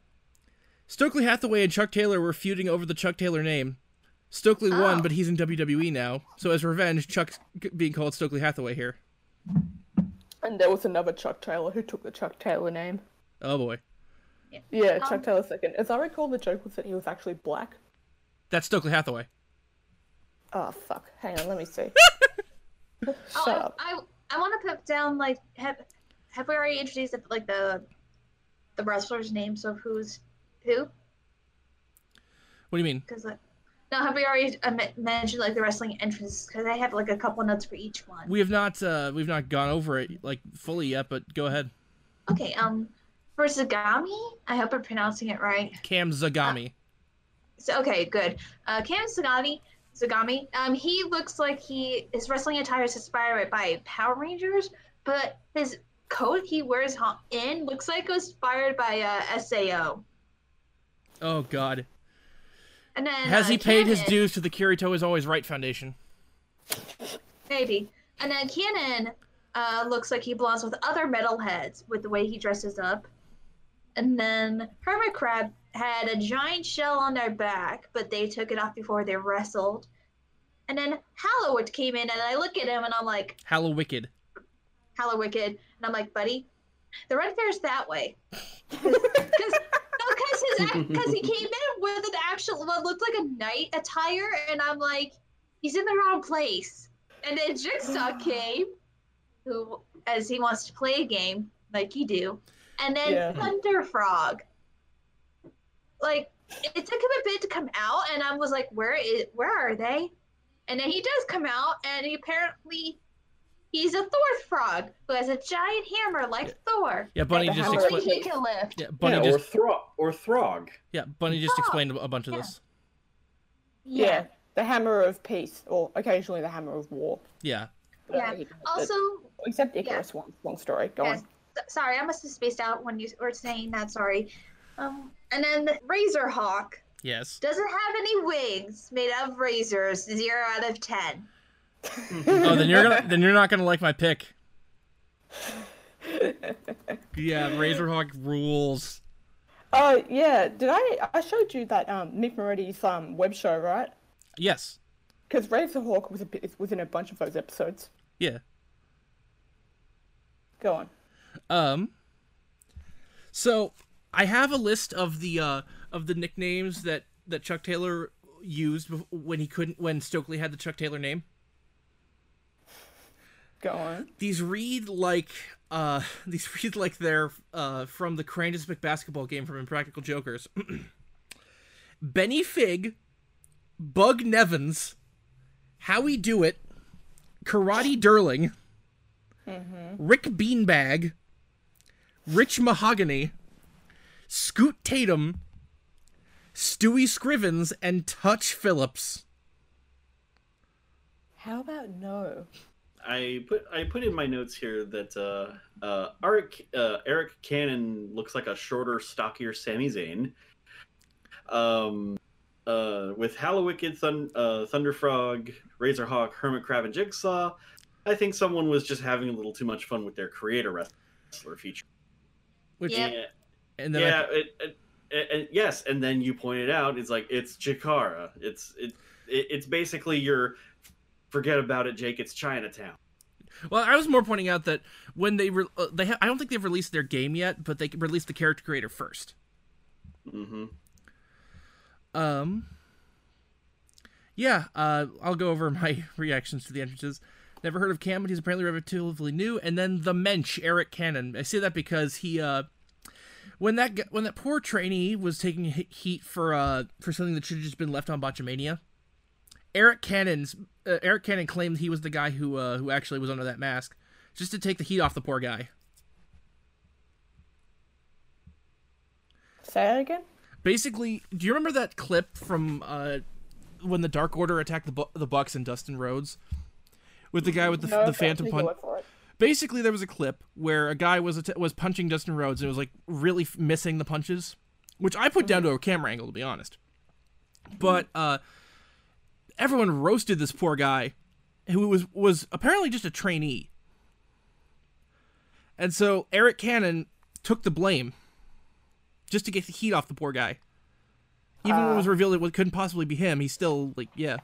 Speaker 2: Stokely Hathaway and Chuck Taylor were feuding over the Chuck Taylor name. Stokely won,
Speaker 4: Oh.
Speaker 2: but he's in WWE now. So as revenge, Chuck's g- being called Stokely Hathaway here.
Speaker 3: And there was another Chuck Taylor who took the Chuck Taylor name.
Speaker 2: Oh boy,
Speaker 3: Yeah,
Speaker 4: Um,
Speaker 3: Chuck Taylor second. As I recall, the joke was that he was actually black.
Speaker 2: that's Stokely Hathaway.
Speaker 3: Oh, fuck. Hang on, let me see.
Speaker 4: Oh,
Speaker 3: Shut
Speaker 4: I-
Speaker 3: up.
Speaker 4: I, I, want to put down like have have we already introduced like the the wrestlers' names of who's who?
Speaker 2: What do you mean?
Speaker 4: Because like, no, have we already uh, me- mentioned like the wrestling entrances? Because I have like a couple notes for each one.
Speaker 2: We have not uh, we've not gone over it like fully yet, but go ahead.
Speaker 4: Okay, um, for Zagami, I hope I'm pronouncing it right.
Speaker 2: Cam Zagami.
Speaker 4: So okay, good. Uh, Cam Zagami, Zagami. Um, he looks like he his wrestling attire is inspired by Power Rangers, but his coat he wears ho- in looks like it was inspired by uh, Sao.
Speaker 2: Oh God,
Speaker 4: And then
Speaker 2: has
Speaker 4: uh,
Speaker 2: he paid his
Speaker 4: Cannon-
Speaker 2: dues to the Kirito is always right foundation?
Speaker 4: Maybe. And then Cannon uh, looks like he belongs with other metalheads with the way he dresses up. And then Hermit Crab had a giant shell on their back, but they took it off before they wrestled. And then Hallowit came in, and I look at him and I'm like,
Speaker 2: Hallow Wicked.
Speaker 4: Hallow Wicked. And I'm like, buddy, the red hair's that way. Because he came in with an actual, what looked like a knight attire, and I'm like, he's in the wrong place. And then Jigsaw came, who, as he wants to play a game, like you do, and then
Speaker 3: Yeah.
Speaker 4: Thunder Frog. Like, it took him a bit to come out, and I was like, where is, where are they? And then he does come out, and he apparently he's a Thor frog who has a giant hammer like Thor.
Speaker 2: Yeah, Bunny
Speaker 3: the
Speaker 2: just
Speaker 3: Hallow
Speaker 2: explained.
Speaker 3: Wicked.
Speaker 4: he can lift.
Speaker 2: Yeah, Bunny
Speaker 6: yeah,
Speaker 2: just
Speaker 6: or Throg. Or Throg.
Speaker 2: Yeah, Bunny just
Speaker 4: Oh,
Speaker 2: explained a bunch of
Speaker 4: yeah.
Speaker 2: this.
Speaker 3: yeah. the hammer of peace, or occasionally the hammer of war.
Speaker 2: Yeah.
Speaker 3: But
Speaker 4: Yeah.
Speaker 3: he-
Speaker 4: Also,
Speaker 3: except Icarus one. Long story. Go
Speaker 4: yes, s- sorry, I must have spaced out when you were saying that. Sorry. Um, and then Razorhawk
Speaker 2: Yes.
Speaker 4: doesn't have any wings made out of razors. Zero out of ten.
Speaker 2: Oh, then you're gonna then you're not gonna like my pick. Yeah, Razorhawk rules.
Speaker 3: on. Uh, yeah. Did I? I showed you that um Mick Moretti's um web show, right?
Speaker 2: Yes.
Speaker 3: Because Razorhawk was a bit, was in a bunch of those episodes.
Speaker 2: Yeah.
Speaker 3: Go on.
Speaker 2: Um. So I have a list of the uh of the nicknames that that Chuck Taylor used bef- when he couldn't when Stokely had the Chuck Taylor name.
Speaker 3: Go on.
Speaker 2: These read like uh these read like they're uh from the Crandus basketball game from Impractical Jokers. Benny Fig, Bug Nevins, Howie Do It, Karate Durling, Rick Beanbag, Rich Mahogany, Scoot Tatum, Stewie Scrivens, and Touch Phillips.
Speaker 3: How about no?
Speaker 6: I put I put in my notes here that uh, uh, Eric uh, Eric Cannon looks like a shorter, stockier Sami Zayn. Um, uh, with Hallowicked, Thun, uh, Thunderfrog, Razorhawk, Hermit Crab, and Jigsaw, I think someone was just having a little too much fun with their creator wrestler feature.
Speaker 2: Which,
Speaker 4: Yeah.
Speaker 6: Yeah,
Speaker 2: And then I-
Speaker 6: yeah, it, it, it, it- yes, and then you pointed out it's like it's Chikara. It's it, it it's basically your forget about it, Jake. It's Chinatown.
Speaker 2: Well, I was more pointing out that when they re- uh, they ha- I don't think they've released their game yet, but they released the character creator first.
Speaker 6: Mm-hmm.
Speaker 2: Um. Yeah, uh, I'll go over my reactions to the entrances. Never heard of Cam, but he's apparently relatively new. And then the Mensch, Eric Cannon. I say that because he, uh, when that gu- when that poor trainee was taking he- heat for uh for something that should have just been left on Botchamania, Eric Cannon's uh, Eric Cannon claimed he was the guy who uh, who actually was under that mask, just to take the heat off the poor guy.
Speaker 3: Say that again.
Speaker 2: Basically, do you remember that clip from uh, when the Dark Order attacked the Bu- the Bucks and Dustin Rhodes with the guy with the,
Speaker 3: No,
Speaker 2: the
Speaker 3: but I
Speaker 2: Phantom
Speaker 3: think
Speaker 2: Punch?
Speaker 3: I'll look for it.
Speaker 2: basically there was a clip where a guy was att- was punching Dustin Rhodes and was like really f- missing the punches, which I put down to a camera angle to be honest. But uh, everyone roasted this poor guy, who was was apparently just a trainee. And so Eric Cannon took the blame, just to get the heat off the poor guy. Even when it was revealed it couldn't possibly be him, he still like yeah.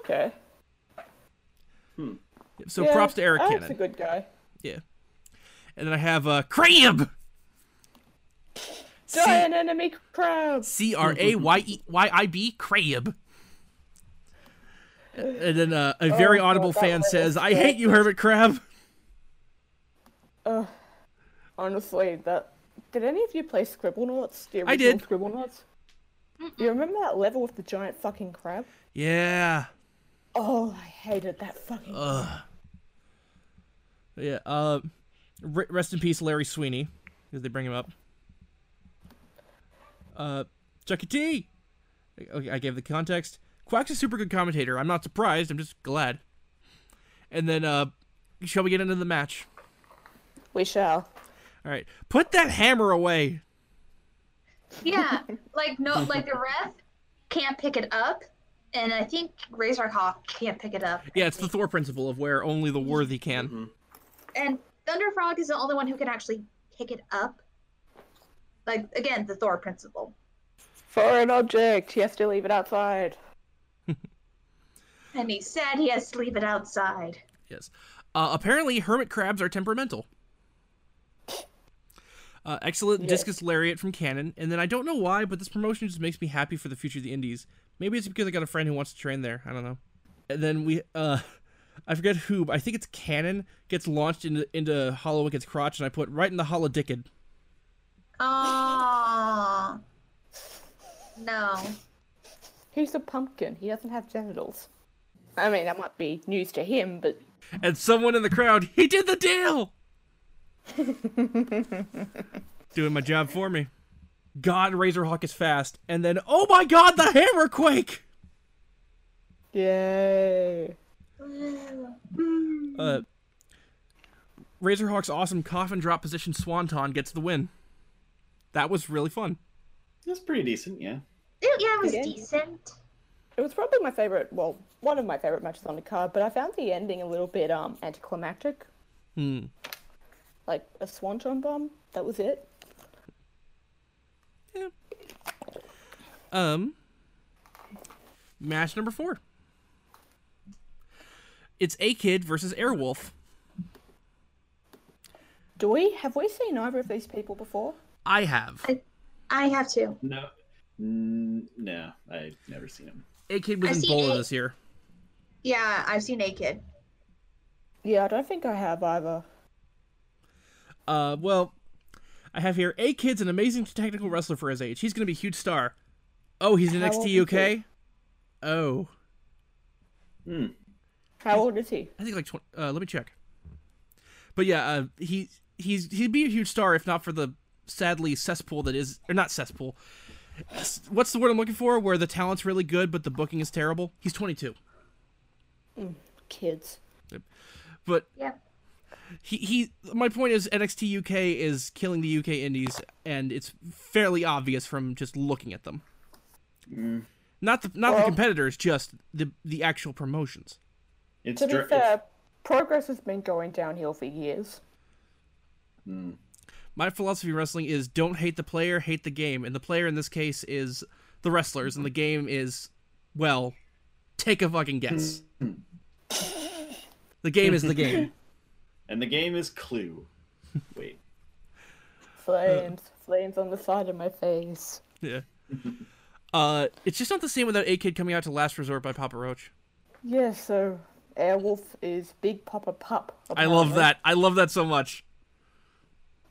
Speaker 3: Okay.
Speaker 2: So
Speaker 3: Yeah,
Speaker 2: props to Eric
Speaker 3: Eric's
Speaker 2: Cannon.
Speaker 3: a good guy.
Speaker 2: Yeah. And then I have uh, Crab!
Speaker 3: Giant enemy crab.
Speaker 2: C R A Y E Y I B Crab. And then uh, a very
Speaker 3: Oh,
Speaker 2: audible
Speaker 3: that
Speaker 2: fan
Speaker 3: one
Speaker 2: says,
Speaker 3: is
Speaker 2: I hate you, Hermit Crab.
Speaker 3: Honestly, that did any of you play Scribblenauts? The
Speaker 2: I
Speaker 3: original
Speaker 2: did.
Speaker 3: Scribblenauts. You remember that level with the giant fucking crab?
Speaker 2: Yeah.
Speaker 3: Oh, I hated that fucking.
Speaker 2: Yeah. Uh, re- rest in peace, Larry Sweeney, because they bring him up. Uh, Chucky T. Okay, I gave the context. Quack's a super good commentator. I'm not surprised. I'm just glad. And then, uh, shall we get into the match?
Speaker 3: We shall.
Speaker 2: All right. Put that hammer away.
Speaker 4: Yeah, like no, like the ref can't pick it up, and I think Razor Hawk can't pick it up.
Speaker 2: Yeah, it's the Thor principle of where only the worthy can.
Speaker 4: And Thunder Frog is the only one who can actually pick it up. Like again, the Thor principle.
Speaker 3: Foreign object. He has to leave it outside.
Speaker 4: And he said he has to leave it outside.
Speaker 2: Yes. Uh, apparently, hermit crabs are temperamental. Uh, excellent discus lariat from Cannon, and then I don't know why, but this promotion just makes me happy for the future of the Indies. Maybe it's because I got a friend who wants to train there. I don't know. And then we, uh, I forget who, but I think it's Cannon gets launched into into Hollow Wicked's crotch, and I put right in the Hollow Dicked.
Speaker 4: Oh no.
Speaker 3: He's a pumpkin. He doesn't have genitals. I mean, that might be news to him, but
Speaker 2: And someone in the crowd, he did the deal! Doing my job for me. God, Razorhawk is fast. And then, oh my god, the hammer quake!
Speaker 3: yay.
Speaker 2: Uh, Razorhawk's awesome coffin drop position Swanton gets the win. That was really fun.
Speaker 6: That's pretty decent, yeah.
Speaker 4: It, Oh, yeah, it was
Speaker 3: Okay.
Speaker 4: decent.
Speaker 3: It was probably my favorite. Well, one of my favorite matches on the card, but I found the ending a little bit um anticlimactic.
Speaker 2: Hmm.
Speaker 3: Like a swanton bomb. That was it.
Speaker 2: Um, match number four. It's A Kid versus Airwolf.
Speaker 3: Do we have we seen either of these people before?
Speaker 2: I have.
Speaker 4: I have to.
Speaker 6: No, N- Mm, no, I've never seen him.
Speaker 2: A Kid
Speaker 4: I've
Speaker 2: was in
Speaker 4: seen
Speaker 2: Bola
Speaker 4: A-
Speaker 2: this year.
Speaker 4: Yeah, I've seen Naked.
Speaker 3: Yeah, I don't think I have either.
Speaker 2: Uh, well, I have here A Kid's an amazing technical wrestler for his age. He's going to be a huge star. Oh, he's in
Speaker 3: How old
Speaker 2: NXT
Speaker 3: is
Speaker 2: UK. Oh,
Speaker 6: Hmm.
Speaker 3: How old is he?
Speaker 2: I think like twenty. Uh, let me check. But yeah, uh, he he's he'd be a huge star if not for the sadly cesspool that is or not cesspool. S- What's the word I'm looking for? Where the talent's really good but the booking is terrible. He's 22,
Speaker 3: Kids.
Speaker 2: but
Speaker 4: Yeah.
Speaker 2: he he. My point is NXT UK is killing the UK indies, and it's fairly obvious from just looking at them. Not the not the
Speaker 3: Well-
Speaker 2: competitors, just the the actual promotions.
Speaker 6: It's
Speaker 3: To be
Speaker 6: dr-
Speaker 3: fair, progress has been going downhill for years.
Speaker 2: My philosophy of wrestling is don't hate the player, hate the game. And the player in this case is the wrestlers, and the game is, well, take a fucking guess. the game is the game.
Speaker 6: and the game is Clue. Wait,
Speaker 3: Flames, flames on the side of my face.
Speaker 2: Yeah. Uh, it's just not the same without A Kid coming out to Last Resort by Papa Roach.
Speaker 3: Yeah, so Airwolf is Big Papa Pup.
Speaker 2: I love
Speaker 3: apparently.
Speaker 2: that. I love that so much.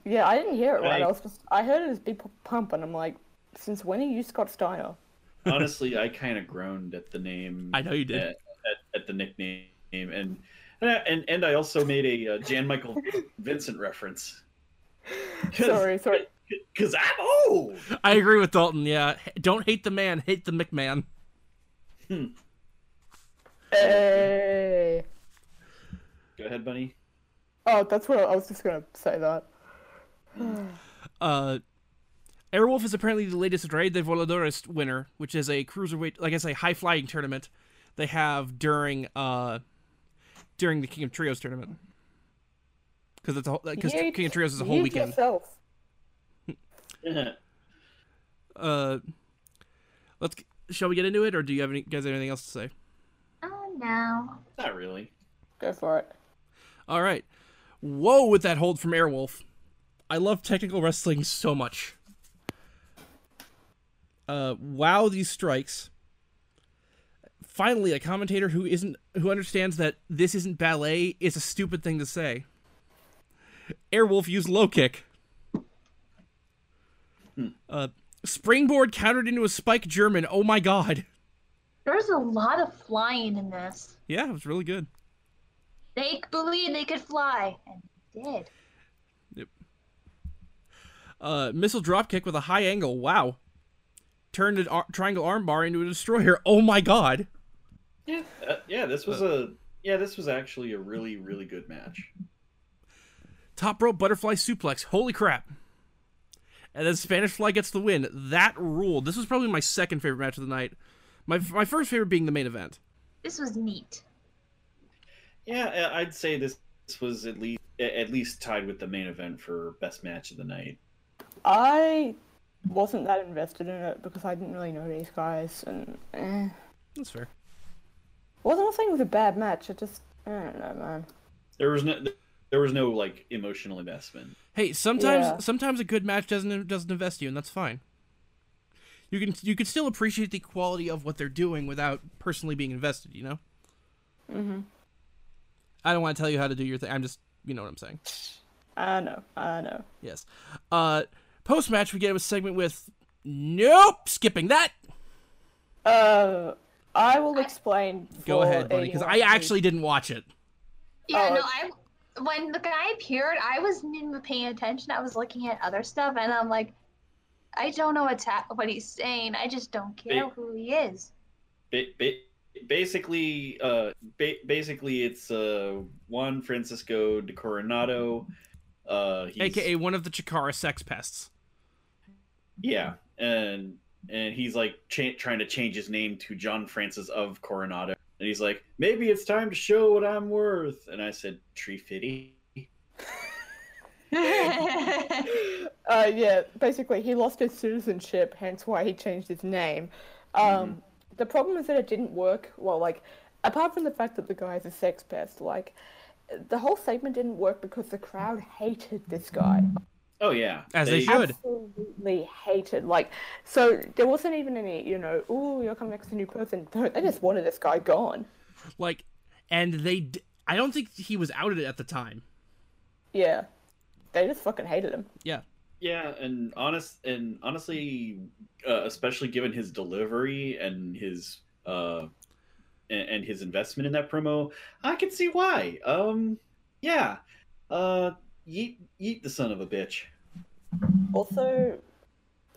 Speaker 3: Yeah, I didn't hear it right.
Speaker 6: Right.
Speaker 3: I was just I heard it as Big Papa Pump, and I'm like, since when are you Scott Steiner?
Speaker 6: honestly, I kind of groaned at the name.
Speaker 2: I know you did.
Speaker 6: At, at, at the nickname, and and I- and, and I also made a uh, Jan Michael Vincent reference. 'Cause
Speaker 3: Sorry, sorry.
Speaker 6: because I'm old.
Speaker 2: I agree with Dalton. Yeah, H- don't hate the man, hate the McMahon.
Speaker 3: Hey.
Speaker 6: Go ahead, Bunny.
Speaker 3: Oh, that's what I was just gonna say that.
Speaker 2: Uh, Airwolf is apparently the latest Rey de Voladores winner, which is a cruiserweight, like I say, high flying tournament they have during uh during the King of Trios tournament. Because it's a because
Speaker 3: Yeet-
Speaker 2: King of Trios is a whole
Speaker 3: yeet
Speaker 2: weekend.
Speaker 3: Yourself.
Speaker 2: Uh, let's shall we get into it, or do you have any guys have anything else to say?
Speaker 4: Oh no.
Speaker 6: Not really.
Speaker 3: Go for it.
Speaker 2: All right. Whoa, with that hold from Airwolf. I love technical wrestling so much. Uh, wow, these strikes. Finally, a commentator who isn't who understands that this isn't ballet is a stupid thing to say. Airwolf used low kick. Uh, springboard countered into a spike German. Oh my god!
Speaker 4: There's a lot of flying in this.
Speaker 2: Yeah, it was really good.
Speaker 4: They believed they could fly, and they did.
Speaker 2: Uh, missile dropkick with a high angle. Wow. Turned an ar- triangle armbar into a destroyer. Oh my god.
Speaker 6: Yeah, uh, yeah. This was a yeah. This was actually a really really good match.
Speaker 2: Top rope butterfly suplex. Holy crap. And then Spanish Fly gets the win. That ruled. This was probably my second favorite match of the night. My, my first favorite being the main event.
Speaker 4: This was neat.
Speaker 6: Yeah, I- I'd say this this was at least a- at least tied with the main event for best match of the night.
Speaker 3: I wasn't that invested in it because I didn't really know these guys, and eh.
Speaker 2: That's fair.
Speaker 3: wasn't a thing with a bad match. It just I don't know, man.
Speaker 6: There was no there was no like emotional investment.
Speaker 2: Hey, sometimes
Speaker 3: Yeah.
Speaker 2: sometimes a good match doesn't doesn't invest you, and that's fine. You can you can still appreciate the quality of what they're doing without personally being invested. You know. Mm-hmm. I don't want to tell you how to do your thing. I'm just you know what I'm saying.
Speaker 3: I know, I know.
Speaker 2: Yes. Uh, Post match, we get a segment with nope, skipping that.
Speaker 3: Uh, I will explain.
Speaker 2: Go
Speaker 3: for
Speaker 2: ahead, buddy, because I
Speaker 3: anyone who-
Speaker 2: actually didn't watch it.
Speaker 4: Yeah,
Speaker 3: Oh.
Speaker 4: no, I when the guy appeared, I wasn't even paying attention. I was looking at other stuff, and I'm like, I don't know what's hap- what he's saying. I just don't care
Speaker 6: Big-
Speaker 4: who he is.
Speaker 6: Ba- ba- basically, uh, ba- basically it's uh Juan Francisco de Coronado. Uh, he's,
Speaker 2: AKA one of the Chikara sex pests.
Speaker 6: yeah, and and he's like cha- trying to change his name to John Francis of Coronado, and he's like, maybe it's time to show what I'm worth. And I said, tree fitty.
Speaker 3: Uh, yeah, basically, he lost his citizenship, hence why he changed his name. Um,
Speaker 2: Mm-hmm.
Speaker 3: The problem is that it didn't work. Well, like, apart from the fact that the guy's a sex pest, like, the whole segment didn't work because the crowd hated this guy.
Speaker 6: Oh yeah,
Speaker 2: As they should. Good.
Speaker 3: Absolutely hated. Like, so there wasn't even any, you know, oh, you're coming next to a new person. No, They just wanted this guy gone.
Speaker 2: Like, and they. D- I don't think he was outed at the time.
Speaker 3: Yeah. They just fucking hated him.
Speaker 2: Yeah.
Speaker 6: Yeah, and honest and honestly, uh, especially given his delivery and his uh, and, and his investment in that promo, I can see why. Um, yeah, uh, yeet, yeet the son of a bitch.
Speaker 3: Also,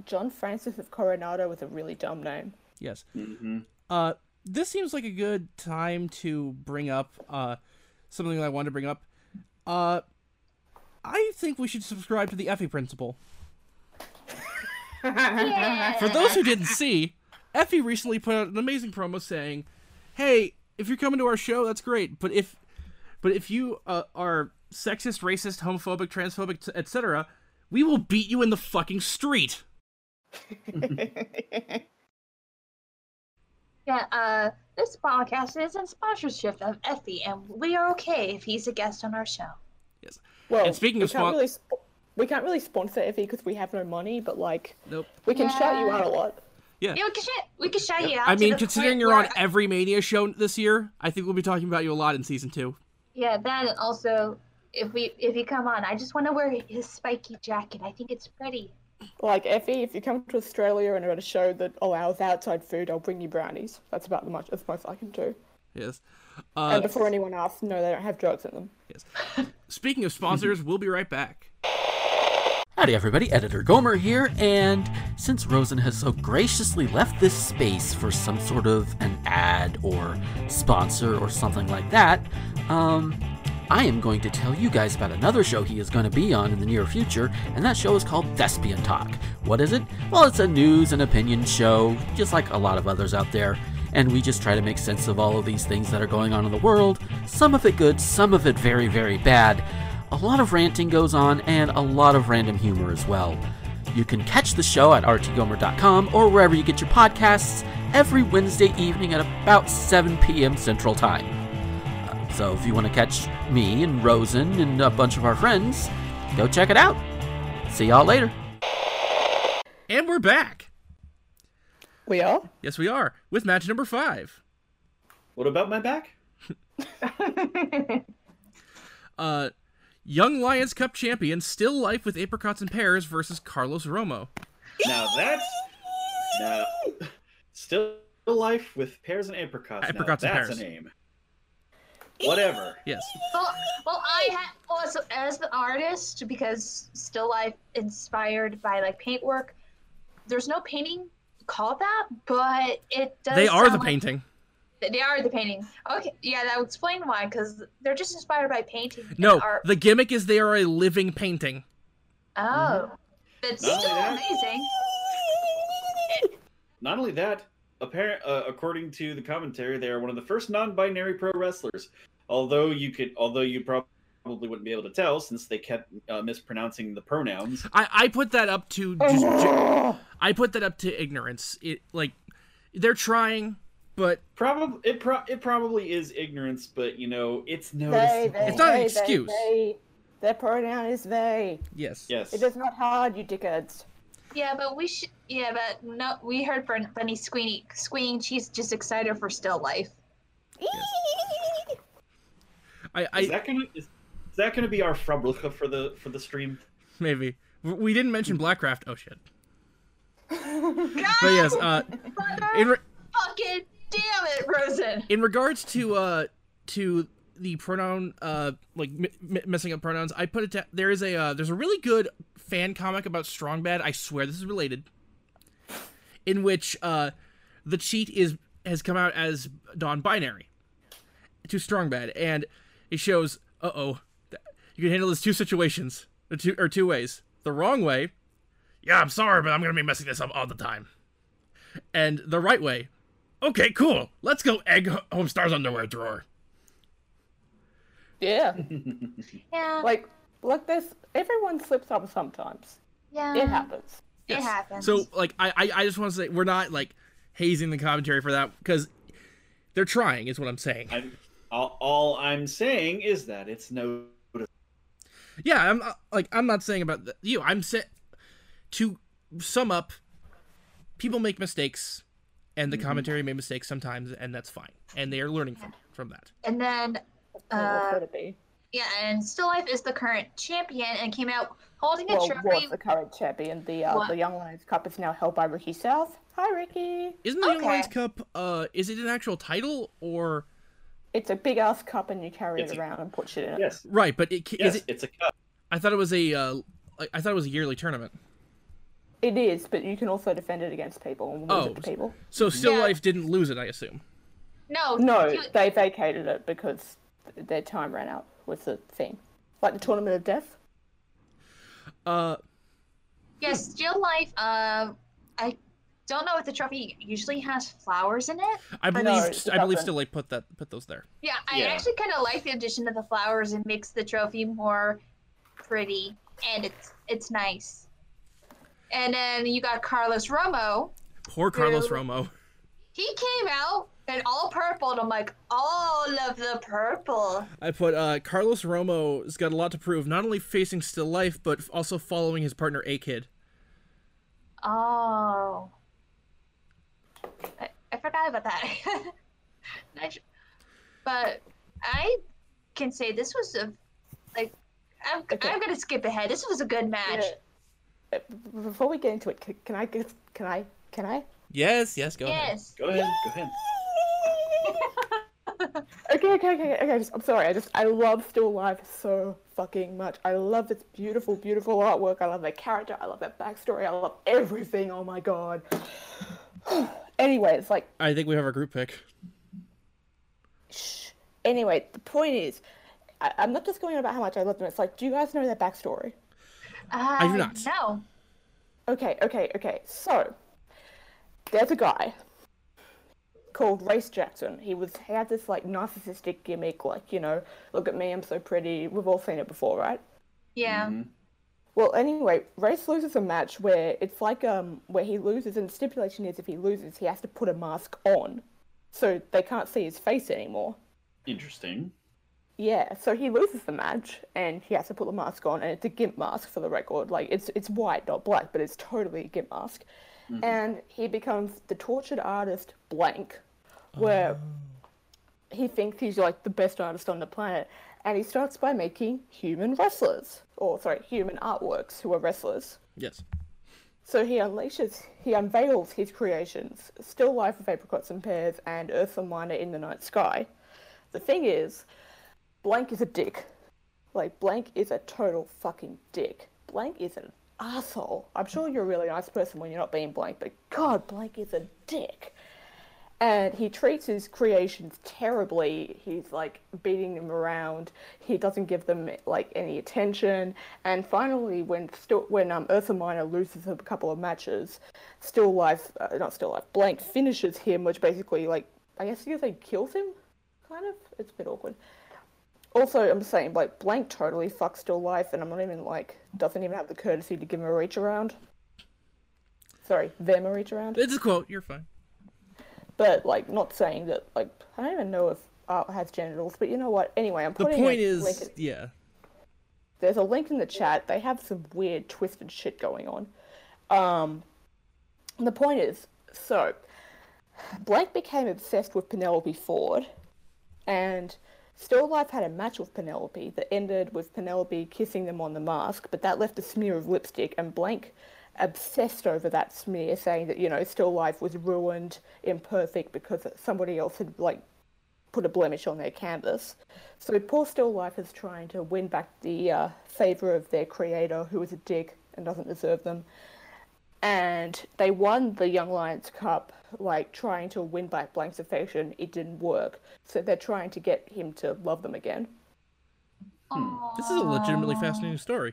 Speaker 3: John Francis of Coronado was a really dumb name.
Speaker 2: Yes.
Speaker 3: Mm-hmm.
Speaker 6: hmm
Speaker 2: Uh, this seems like a good time to bring up uh, something that I wanted to bring up. Uh, I think we should subscribe to the Effie principle.
Speaker 4: Yeah.
Speaker 2: For those who didn't see, Effie recently put out an amazing promo saying, "Hey, if you're coming to our show, that's great. But if, but if you uh, are sexist, racist, homophobic, transphobic, t- etc., we will beat you in the fucking street."
Speaker 3: Mm-hmm.
Speaker 4: yeah, uh, this podcast is in sponsorship of Effie, and we are okay if he's a guest on our show.
Speaker 3: Well,
Speaker 2: And speaking
Speaker 3: we
Speaker 2: of
Speaker 3: can't
Speaker 2: spon-
Speaker 3: really sp- we can't really sponsor Effie because we have no money, but like
Speaker 2: Nope.
Speaker 3: we can shout you
Speaker 4: Yeah.
Speaker 3: out a lot.
Speaker 4: Yeah, we can shout, we can shout you out.
Speaker 2: I
Speaker 4: to
Speaker 2: mean,
Speaker 4: the
Speaker 2: considering
Speaker 4: point
Speaker 2: you're on
Speaker 4: where-
Speaker 2: every Mania show this year, I think we'll be talking about you a lot in season two.
Speaker 4: Yeah, that and also if we if you come on, I just want to wear his spiky jacket. I think it's pretty.
Speaker 3: Like Effie, if you come to Australia and are at a show that allows outside food, I'll bring you brownies. That's about the much as much I can do.
Speaker 2: Yes.
Speaker 3: and
Speaker 2: Uh,
Speaker 3: before anyone asks, no, they don't have drugs in them.
Speaker 2: speaking of sponsors, we'll be right back.
Speaker 7: Howdy, everybody. Editor Gomer here, and since Rosen has so graciously left this space for some sort of an ad or sponsor or something like that, um, I am going to tell you guys about another show he is going to be on in the near future, and that show is called Thespian Talk. What is it? Well, it's a news and opinion show, just like a lot of others out there, and we just try to make sense of all of these things that are going on in the world, some of it good, some of it very, very bad a lot of ranting goes on and a lot of random humor as well. You can catch the show at rtgomer.com or wherever you get your podcasts every Wednesday evening at about 7 p.m. Central Time. Uh, So if you want to catch me and Rosen and a bunch of our friends, go check it out. See y'all later.
Speaker 2: And we're back.
Speaker 3: We are?
Speaker 2: Yes, we are with match number five.
Speaker 6: What about my back?
Speaker 2: Uh, Young Lions Cup champion, still life with apricots and pears versus Carlos Romo.
Speaker 6: Now that's now still life with pears and apricots. Now
Speaker 2: Apricots and
Speaker 6: that's
Speaker 2: pears.
Speaker 6: a name. Whatever.
Speaker 2: Yes.
Speaker 4: Well, well, I ha- also as the artist because still life inspired by like paintwork. There's no painting called that, but it does.
Speaker 2: They are
Speaker 4: sound
Speaker 2: the
Speaker 4: like-
Speaker 2: painting.
Speaker 4: They are the painting. Okay, yeah, that would explain why, because they're just inspired by painting. and
Speaker 2: No,
Speaker 4: art.
Speaker 2: the gimmick is they are a living painting.
Speaker 4: oh, that's
Speaker 6: Not only
Speaker 4: still
Speaker 6: that-
Speaker 4: amazing.
Speaker 6: Not only that, apparent uh, according to the commentary, they are one of the first non-binary pro wrestlers. Although you could, although you prob- probably wouldn't be able to tell since they kept uh, mispronouncing the pronouns.
Speaker 2: I, I put that up to just, ge- I put that up to ignorance. It like they're trying, but
Speaker 6: Probably it, pro- it probably is ignorance, but you know it's no.
Speaker 3: They, they,
Speaker 2: It's not an
Speaker 3: they, they,
Speaker 2: excuse.
Speaker 3: They, their pronoun is they.
Speaker 2: yes.
Speaker 6: Yes.
Speaker 3: It is not hard, you dickheads.
Speaker 4: Yeah, but we should. Yeah, but no, we heard from Bunny Squeeny Squeen. She's just excited for still life.
Speaker 2: I,
Speaker 6: Is
Speaker 2: I
Speaker 6: that gonna is, is that gonna be our frablucha for the for the stream?
Speaker 2: maybe W- we didn't mention Blackcraft. Oh shit. But yes, uh, in re-
Speaker 4: Fucking damn it, Rosen.
Speaker 2: in regards to uh to the pronoun uh like m- m- messing up pronouns i put it to, there is a uh, there's a really good fan comic about strong bad i swear this is related in which uh the cheat is has come out as non-binary to strong bad and it shows uh-oh th- you can handle this two situations or two or two ways the wrong way yeah i'm sorry but i'm gonna be messing this up all the time and the right way Okay, cool. Let's go egg Ho- Homestar's underwear drawer.
Speaker 3: Yeah.
Speaker 4: Yeah,
Speaker 3: like, look, this. Everyone slips up sometimes.
Speaker 4: yeah,
Speaker 3: It happens.
Speaker 4: It happens.
Speaker 2: So, like, I, I, I just want to say we're not like hazing the commentary for that because they're trying, is what I'm saying.
Speaker 6: I'm, all, all I'm saying is that it's no.
Speaker 2: Yeah, I'm not, like, I'm not saying about the, you. I'm sa- to sum up. People make mistakes, and the commentary made mistakes sometimes, and that's fine. And they are learning from from that.
Speaker 4: and then
Speaker 3: what
Speaker 4: Uh,
Speaker 3: could it be?
Speaker 4: yeah, and still life is the current champion and came out holding a
Speaker 3: Well,
Speaker 4: trophy.
Speaker 3: was the current champion. The uh,
Speaker 4: What?
Speaker 3: the Young Lions Cup is now held by Ricky South. Hi, Ricky.
Speaker 2: Isn't the Young
Speaker 4: Okay.
Speaker 2: Lions Cup? Uh, is it an actual title or
Speaker 3: It's a big ass cup, and you carry
Speaker 6: It's
Speaker 3: it
Speaker 6: a-
Speaker 3: around and put shit in it.
Speaker 6: Yes.
Speaker 2: right? But it, ca-
Speaker 6: Yes.
Speaker 2: is it?
Speaker 6: It's a cup.
Speaker 2: I thought it was a. Uh, like, I thought it was a yearly tournament.
Speaker 3: It is, but you can also defend it against people and lose
Speaker 2: Oh.
Speaker 3: it to people.
Speaker 2: So still
Speaker 4: Yeah.
Speaker 2: life didn't lose it, I assume.
Speaker 4: No,
Speaker 3: No,
Speaker 4: you-
Speaker 3: they vacated it because their time ran out with the thing, like the Tournament of Death.
Speaker 2: Uh,
Speaker 4: yes, still life. Um, I don't know if the trophy usually has flowers in it.
Speaker 2: I believe
Speaker 3: it's
Speaker 2: I believe
Speaker 3: different.
Speaker 2: still like put that put those there.
Speaker 4: Yeah, I
Speaker 6: Yeah.
Speaker 4: actually kind of like the addition of the flowers. It makes the trophy more pretty, and it's it's nice. And then you got Carlos Romo.
Speaker 2: Poor Carlos
Speaker 4: True.
Speaker 2: Romo.
Speaker 4: He came out in all purple, and I'm like, all of the purple.
Speaker 2: I put uh, Carlos Romo has got a lot to prove, not only facing still life, but f- also following his partner A Kid.
Speaker 4: Oh, I, I forgot about that. I sh- but I can say this was a like. I'm,
Speaker 3: Okay.
Speaker 4: I'm gonna skip ahead. This was a good match.
Speaker 3: Uh, b- Before we get into it, c- can I just can I can I?
Speaker 2: Yes, yes, go
Speaker 4: Yes.
Speaker 6: Go ahead. Go ahead.
Speaker 3: Okay, okay, okay, okay. Just, I'm sorry. I just I love Still Alive so fucking much. I love its beautiful, beautiful artwork. I love that character. I love that backstory. I love everything. Oh my god. anyway, it's like
Speaker 2: I think we have our group pick.
Speaker 3: shh. Anyway, the point is, I, I'm not just going on about how much I love them. It's like, do you guys know their backstory?
Speaker 4: Uh,
Speaker 2: do not.
Speaker 4: No.
Speaker 3: Okay, okay, okay. So there's a guy called Race Jackson. He was he had this like narcissistic gimmick, like you know, look at me, I'm so pretty. We've all seen it before, right?
Speaker 4: Yeah.
Speaker 3: Well, anyway, Race loses a match where it's like um where he loses, and the stipulation is if he loses, he has to put a mask on, so they can't see his face anymore.
Speaker 6: Interesting.
Speaker 3: Yeah, so he loses the match, and he has to put the mask on, and it's a gimp mask for the record. Like it's it's white, not black, but it's totally a gimp mask. And he becomes the tortured artist blank, where he thinks he's like the best artist on the planet, and he starts by making human wrestlers, or sorry, human artworks who are wrestlers.
Speaker 2: Yes.
Speaker 3: So he unleashes, he unveils his creations, Still Life of Apricots and Pears and Earth and Miner in the Night Sky. The thing is, Blank is a dick. Like, Blank is a total fucking dick. Blank is an asshole. I'm sure you're a really nice person when you're not being Blank, but God, Blank is a dick. And he treats his creations terribly. He's like beating them around. He doesn't give them like any attention. And finally, when still when um, Ursa Minor loses a couple of matches, Still Life, uh, not Still Life, Blank finishes him, which basically like I guess you could say kills him, kind of. It's a bit awkward. Also, I'm saying like Blank totally fucks Still Life, and I'm not even like doesn't even have the courtesy to give him a reach around. Sorry, them a reach around
Speaker 2: It's a quote. You're fine.
Speaker 3: but like not saying that like I don't even know if art has genitals, but you know what? Anyway, I'm
Speaker 2: The
Speaker 3: putting
Speaker 2: point
Speaker 3: a link
Speaker 2: is,
Speaker 3: in-
Speaker 2: yeah.
Speaker 3: there's a link in the chat. They have some weird twisted shit going on. Um, the point is, so Blake became obsessed with Penelope Ford, and Still Life had a match with Penelope that ended with Penelope kissing them on the mask, but that left a smear of lipstick, and Blank obsessed over that smear, saying that you know Still Life was ruined, imperfect because somebody else had like put a blemish on their canvas. So poor still life is trying to win back the uh, favour of their creator, who is a dick and doesn't deserve them. And they won the Young Lions Cup, like trying to win back Blank's affection. It didn't work, so they're trying to get him to love them again.
Speaker 2: This is a legitimately fascinating story.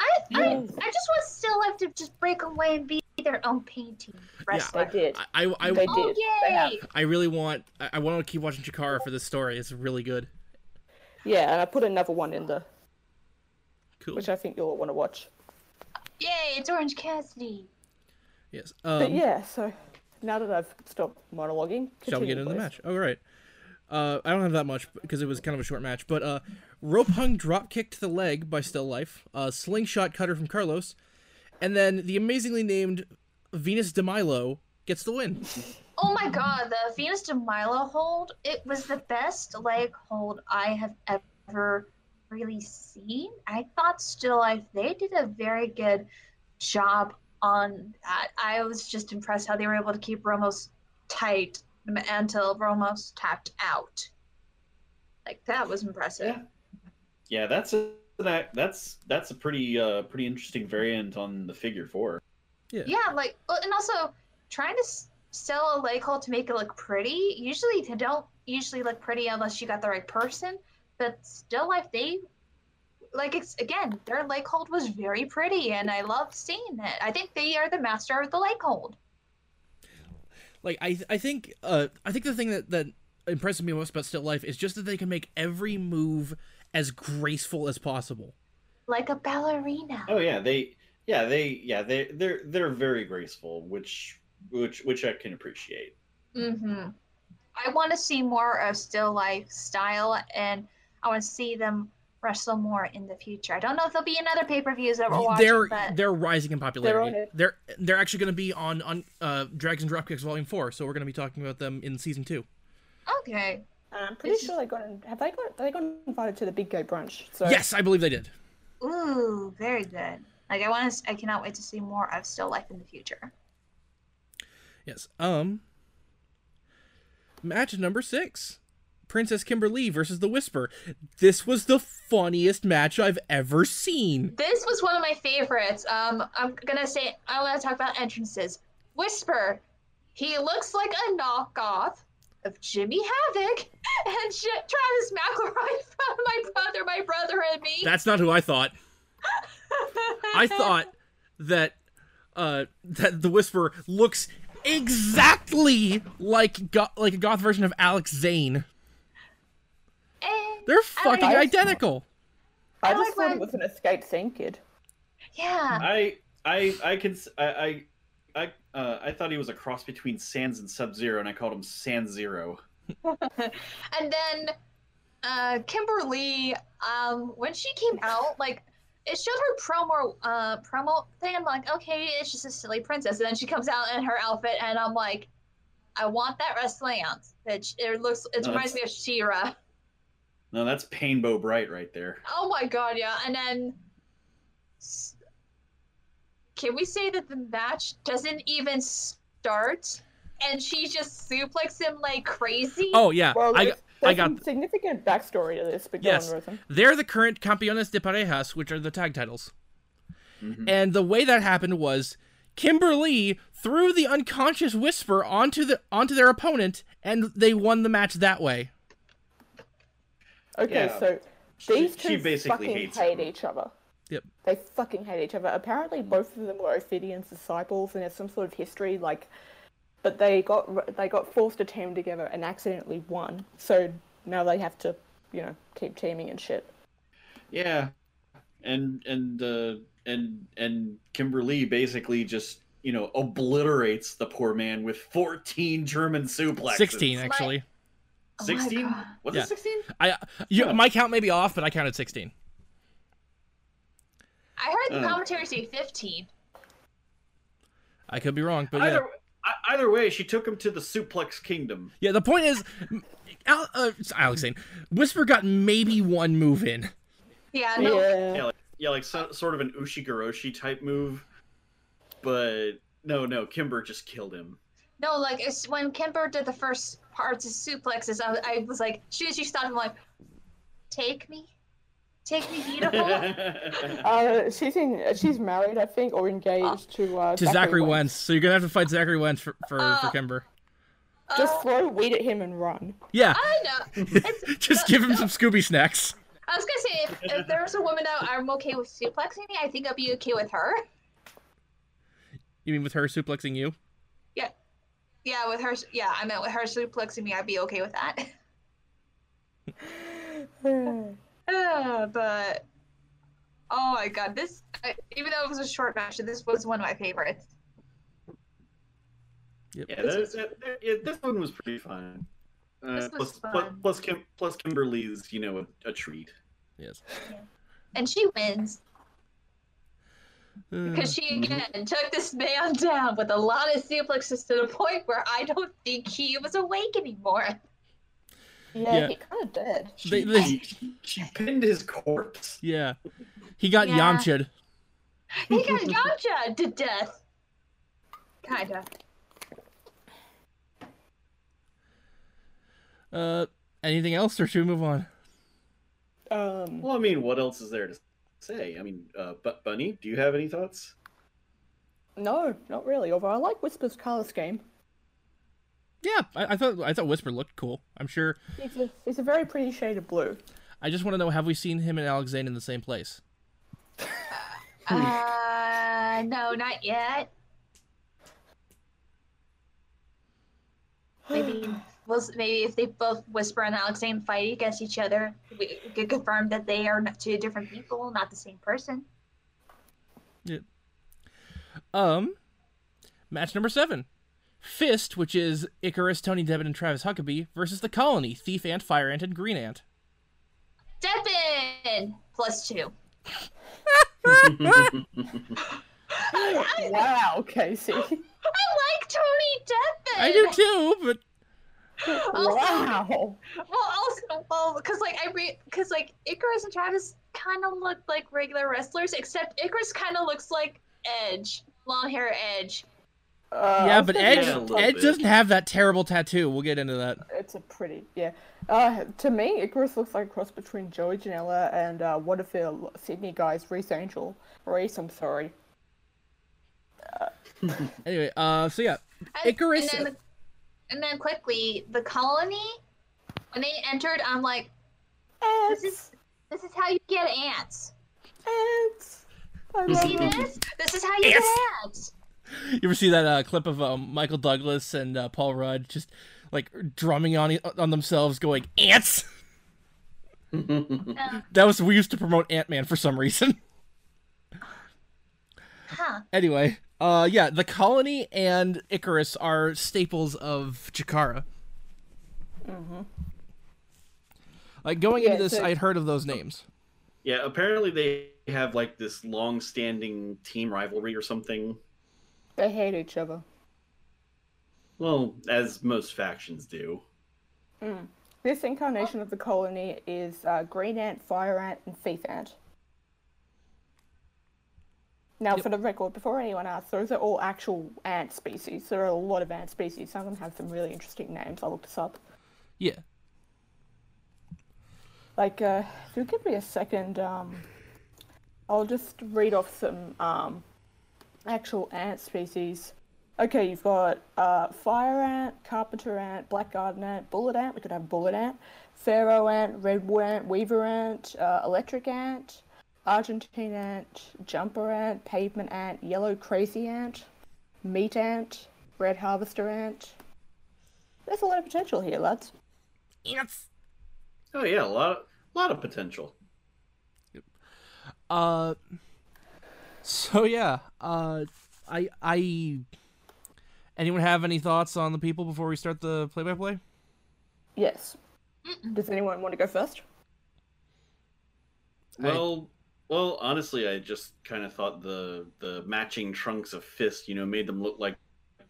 Speaker 4: I, I, I just want Still Life to just break away and be their own painting wrestler.
Speaker 3: They did.
Speaker 2: I I,
Speaker 3: They
Speaker 2: I,
Speaker 3: did.
Speaker 4: Oh,
Speaker 3: They have.
Speaker 4: yay!
Speaker 2: I really want I, I want to keep watching Chikara for this story. It's really good.
Speaker 3: Yeah, and I put another one in there,
Speaker 2: Cool.
Speaker 3: which I think you'll want to watch.
Speaker 4: Yay, it's Orange Cassidy.
Speaker 2: Yes.
Speaker 3: But
Speaker 2: Um,
Speaker 3: yeah, so now that I've stopped monologuing,
Speaker 2: Shall we get
Speaker 3: continue,
Speaker 2: into the
Speaker 3: please.
Speaker 2: match? All right. Uh, I don't have that much because it was kind of a short match, but uh, rope hung drop kick to the leg by Still Life, uh, slingshot cutter from Carlos, and then the amazingly named Venus de Milo gets the win.
Speaker 4: Oh my god, the Venus de Milo hold, it was the best leg hold I have ever really seen. I thought Still Life, they did a very good job on that. I was just impressed how they were able to keep Ramos tight until Ramos tapped out. Like, that was impressive.
Speaker 6: Yeah. Yeah, that's a that, that's that's a pretty uh pretty interesting variant on the figure four.
Speaker 4: Yeah, like, well, and also trying to s- sell a leg hold to make it look pretty. Usually, they don't usually look pretty unless you got the right person. But still, like they, like it's again, their leg hold was very pretty, and I love seeing it. I think they are the master of the leg hold.
Speaker 2: like I, I think uh, I think the thing that that impresses me most about Still Life is just that they can make every move as graceful as possible.
Speaker 4: Like a ballerina.
Speaker 6: Oh yeah, they yeah they yeah they they're they're very graceful, which which which I can appreciate.
Speaker 4: Mm-hmm. I want to see more of still life style, and I want to see them wrestle more in the future. I don't know if there'll be another pay per views that we're watching,
Speaker 2: they're
Speaker 4: but
Speaker 2: they're rising in popularity.
Speaker 3: on it.
Speaker 2: They're they're actually going to be on on uh, Dragons and Dropkicks Volume Four, so we're going to be talking about them in season two.
Speaker 4: okay.
Speaker 3: And I'm Um, pretty sure they got in- have they got they got invited to the big gay brunch. So
Speaker 2: Yes, I believe they did.
Speaker 4: Ooh, very good. Like I want to, I cannot wait to see more of Still Life in the future.
Speaker 2: Yes. Um. Match number six: Princess Kimberly versus the Whisper. This was the funniest match I've ever seen.
Speaker 4: This was one of my favorites. Um, I'm gonna say I want to talk about entrances. Whisper, he looks like a knockoff of Jimmy Havoc and J- Travis McElroy from My Brother, My Brother and Me.
Speaker 2: That's not who I thought. I thought that uh that the Whisper looks exactly like go- like a goth version of Alex Zane.
Speaker 4: And-
Speaker 2: They're fucking
Speaker 4: like-
Speaker 2: identical.
Speaker 4: I
Speaker 3: I just
Speaker 4: like
Speaker 3: thought
Speaker 4: when-
Speaker 3: it was an escaped scene kid.
Speaker 4: yeah,
Speaker 6: I I I can s- I I I, uh, I thought he was a cross between Sans and Sub Zero, and I called him Sans Zero.
Speaker 4: and then uh, Kimberly, um, when she came out, like it showed her promo uh, promo thing. I'm like, okay, it's just a silly princess, and then she comes out in her outfit, and I'm like, I want that wrestling outfit. It looks, it
Speaker 6: No,
Speaker 4: reminds me of Shira.
Speaker 6: No, that's Painbow Bright right there.
Speaker 4: Oh my god, yeah. And then s- can we say that the match doesn't even start and she just suplexes him like crazy?
Speaker 2: Oh yeah,
Speaker 3: Well,
Speaker 2: I
Speaker 3: there's,
Speaker 2: I
Speaker 3: there's
Speaker 2: got
Speaker 3: some significant backstory to this, but go
Speaker 2: Yes.
Speaker 3: on, Rosen.
Speaker 2: They're the current Campeones de Parejas, which are the tag titles.
Speaker 6: Mhm.
Speaker 2: And the way that happened was Kimberly threw the unconscious whisper onto the onto their opponent and they won the match that way.
Speaker 3: Okay,
Speaker 6: Yeah.
Speaker 3: so
Speaker 6: She-
Speaker 3: these
Speaker 6: she
Speaker 3: two
Speaker 6: basically
Speaker 3: fucking
Speaker 6: hates
Speaker 3: hate
Speaker 6: him.
Speaker 3: each other.
Speaker 2: Yep.
Speaker 3: They fucking hate each other. Apparently, both of them were Ophidian's disciples, and there's some sort of history like. But they got they got forced to team together and accidentally won. So now they have to, you know, keep teaming and shit.
Speaker 6: Yeah, and and uh, and and Kimberly basically just you know obliterates the poor man with fourteen German suplexes.
Speaker 2: 16 actually.
Speaker 4: Oh my
Speaker 6: Sixteen?
Speaker 4: God.
Speaker 6: Was
Speaker 2: Yeah.
Speaker 6: it sixteen?
Speaker 2: I you,
Speaker 6: Huh.
Speaker 2: my count may be off, but I counted 16.
Speaker 4: I heard the
Speaker 6: Uh.
Speaker 4: commentary say 15.
Speaker 2: I could be wrong, but Oh, yeah.
Speaker 6: Either I- either way, she took him to the suplex kingdom.
Speaker 2: Yeah, the point is Al, uh, it's Alex Zane. Whisper got maybe one move in.
Speaker 4: Yeah, no.
Speaker 3: Yeah.
Speaker 6: Yeah, like, yeah, like so, sort of an Ushigaroshi type move, but no, no, Kimber just killed him.
Speaker 4: No, like it's when Kimber did the first parts of suplexes, I, I was like, as soon as she stopped, I'm like, take me. Take me, beautiful.
Speaker 3: Uh, she's in. She's married, I think, or engaged to uh,
Speaker 2: To Zachary Wentz. So you're going to have to fight Zachary Wentz for for, for
Speaker 4: Uh,
Speaker 2: Kimber.
Speaker 3: Just throw weed at him and run.
Speaker 2: Yeah.
Speaker 4: Oh, I know. It's,
Speaker 2: Just give him some Scooby snacks.
Speaker 4: I was gonna say, if, if there was a woman that I'm okay with suplexing me, I think I'd be okay with her.
Speaker 2: You mean with her suplexing you?
Speaker 4: Yeah, with her. Yeah, I meant with her suplexing me, I'd be okay with that. Uh, but oh my god, this I, even though it was a short match, this was one of my favorites.
Speaker 6: Yeah, that, that, that- yeah, this one was pretty fun. Uh,
Speaker 4: This was
Speaker 6: plus,
Speaker 4: fun.
Speaker 6: plus- plus Kim, plus Kimberly's, you know, a, a treat.
Speaker 2: Yes.
Speaker 4: And she wins because she again took this man down with a lot of suplexes to the point where I don't think he was awake anymore.
Speaker 3: Yeah,
Speaker 2: Yeah.
Speaker 3: he kind of did.
Speaker 6: She,
Speaker 2: They- they-
Speaker 6: she, she, pinned his corpse.
Speaker 2: Yeah. He got
Speaker 4: Yeah.
Speaker 2: Yamcha'd.
Speaker 4: He got Yamcha to death. Kinda.
Speaker 2: Uh, anything else, or should we move on?
Speaker 3: Um,
Speaker 6: Well, I mean, what else is there to say? I mean, uh, but Bunny, do you have any thoughts?
Speaker 3: no, not really. Although I like Whisper's color scheme.
Speaker 2: Yeah, I, I thought I thought Whisper looked cool. I'm sure.
Speaker 3: He's a, he's a very pretty shade of blue.
Speaker 2: I just want to know: Have we seen him and Alex Zane in the same place?
Speaker 4: Uh, no, not yet. Maybe we'll, s- maybe if they both whisper and Alex and fight against each other, we could confirm that they are not two different people, not the same person.
Speaker 2: Um, match number seven, Fist, which is Icarus, Tony Devitt, and Travis Huckabee versus the Colony, Thief Ant, Fire Ant, and Green Ant.
Speaker 4: Devin plus two.
Speaker 3: Wow, Casey.
Speaker 4: I like Tony Devin.
Speaker 2: I do too, but
Speaker 4: Also,
Speaker 3: wow.
Speaker 4: Well, also, well, because like I re, because like Icarus and Travis kind of look like regular wrestlers, except Icarus kind of looks like Edge, long hair Edge.
Speaker 3: Uh, I
Speaker 2: yeah,
Speaker 3: was
Speaker 2: but
Speaker 3: thinking
Speaker 6: Oh, Yeah, a
Speaker 2: Edge
Speaker 6: little
Speaker 2: Edge
Speaker 6: bit.
Speaker 2: doesn't have that terrible tattoo. We'll get into that.
Speaker 3: It's a pretty, yeah. Uh, to me, Icarus looks like a cross between Joey Janela and uh, one of the Sydney guys, Reese Angel. Reese, I'm sorry.
Speaker 2: Anyway, uh, so yeah,
Speaker 4: And-
Speaker 2: Icarus.
Speaker 4: And then, and then quickly, the colony, when they entered, I'm like,
Speaker 3: Ants!
Speaker 4: this is how you get ants.
Speaker 3: Ants! I
Speaker 4: You
Speaker 3: love
Speaker 4: see
Speaker 3: you.
Speaker 2: Mm-hmm.
Speaker 4: this? This is how you get ants.
Speaker 2: You ever see that uh, clip of um, Michael Douglas and uh, Paul Rudd just like drumming on e, on themselves, going ants? that was we used to promote Ant Man for some reason.
Speaker 4: Huh.
Speaker 2: anyway, uh, yeah, the colony and Icarus are staples of Chikara. Like going
Speaker 3: Mm-hmm. Yeah,
Speaker 2: into this,
Speaker 3: so-
Speaker 2: I'd heard of those names.
Speaker 6: Yeah, apparently they have like this long-standing team rivalry or something.
Speaker 3: They hate each other.
Speaker 6: Well, as most factions do.
Speaker 3: This incarnation of the colony is uh, green ant, fire ant, and thief ant. Now, for the record, before anyone asks, those are all actual ant species. There are a lot of ant species. Some of them have some really interesting names. I looked this up.
Speaker 2: Yeah,
Speaker 3: Like, uh, if you give me a second, um, I'll just read off some um, actual ant species. Okay, you've got uh, fire ant, carpenter ant, black garden ant, bullet ant. We could have bullet ant, pharaoh ant, redwood ant, weaver ant, uh, electric ant, Argentine ant, jumper ant, pavement ant, yellow crazy ant, meat ant, red harvester ant. There's a lot of potential here, lads.
Speaker 6: Oh yeah, a lot, of, lot of potential.
Speaker 2: Uh, so yeah, uh, I I. Anyone have any thoughts on the people before we start the play-by-play?
Speaker 3: Yes. Does anyone want to go first?
Speaker 2: I-
Speaker 6: Well, well, honestly, I just kind of thought the the matching trunks of fist, you know, made them look like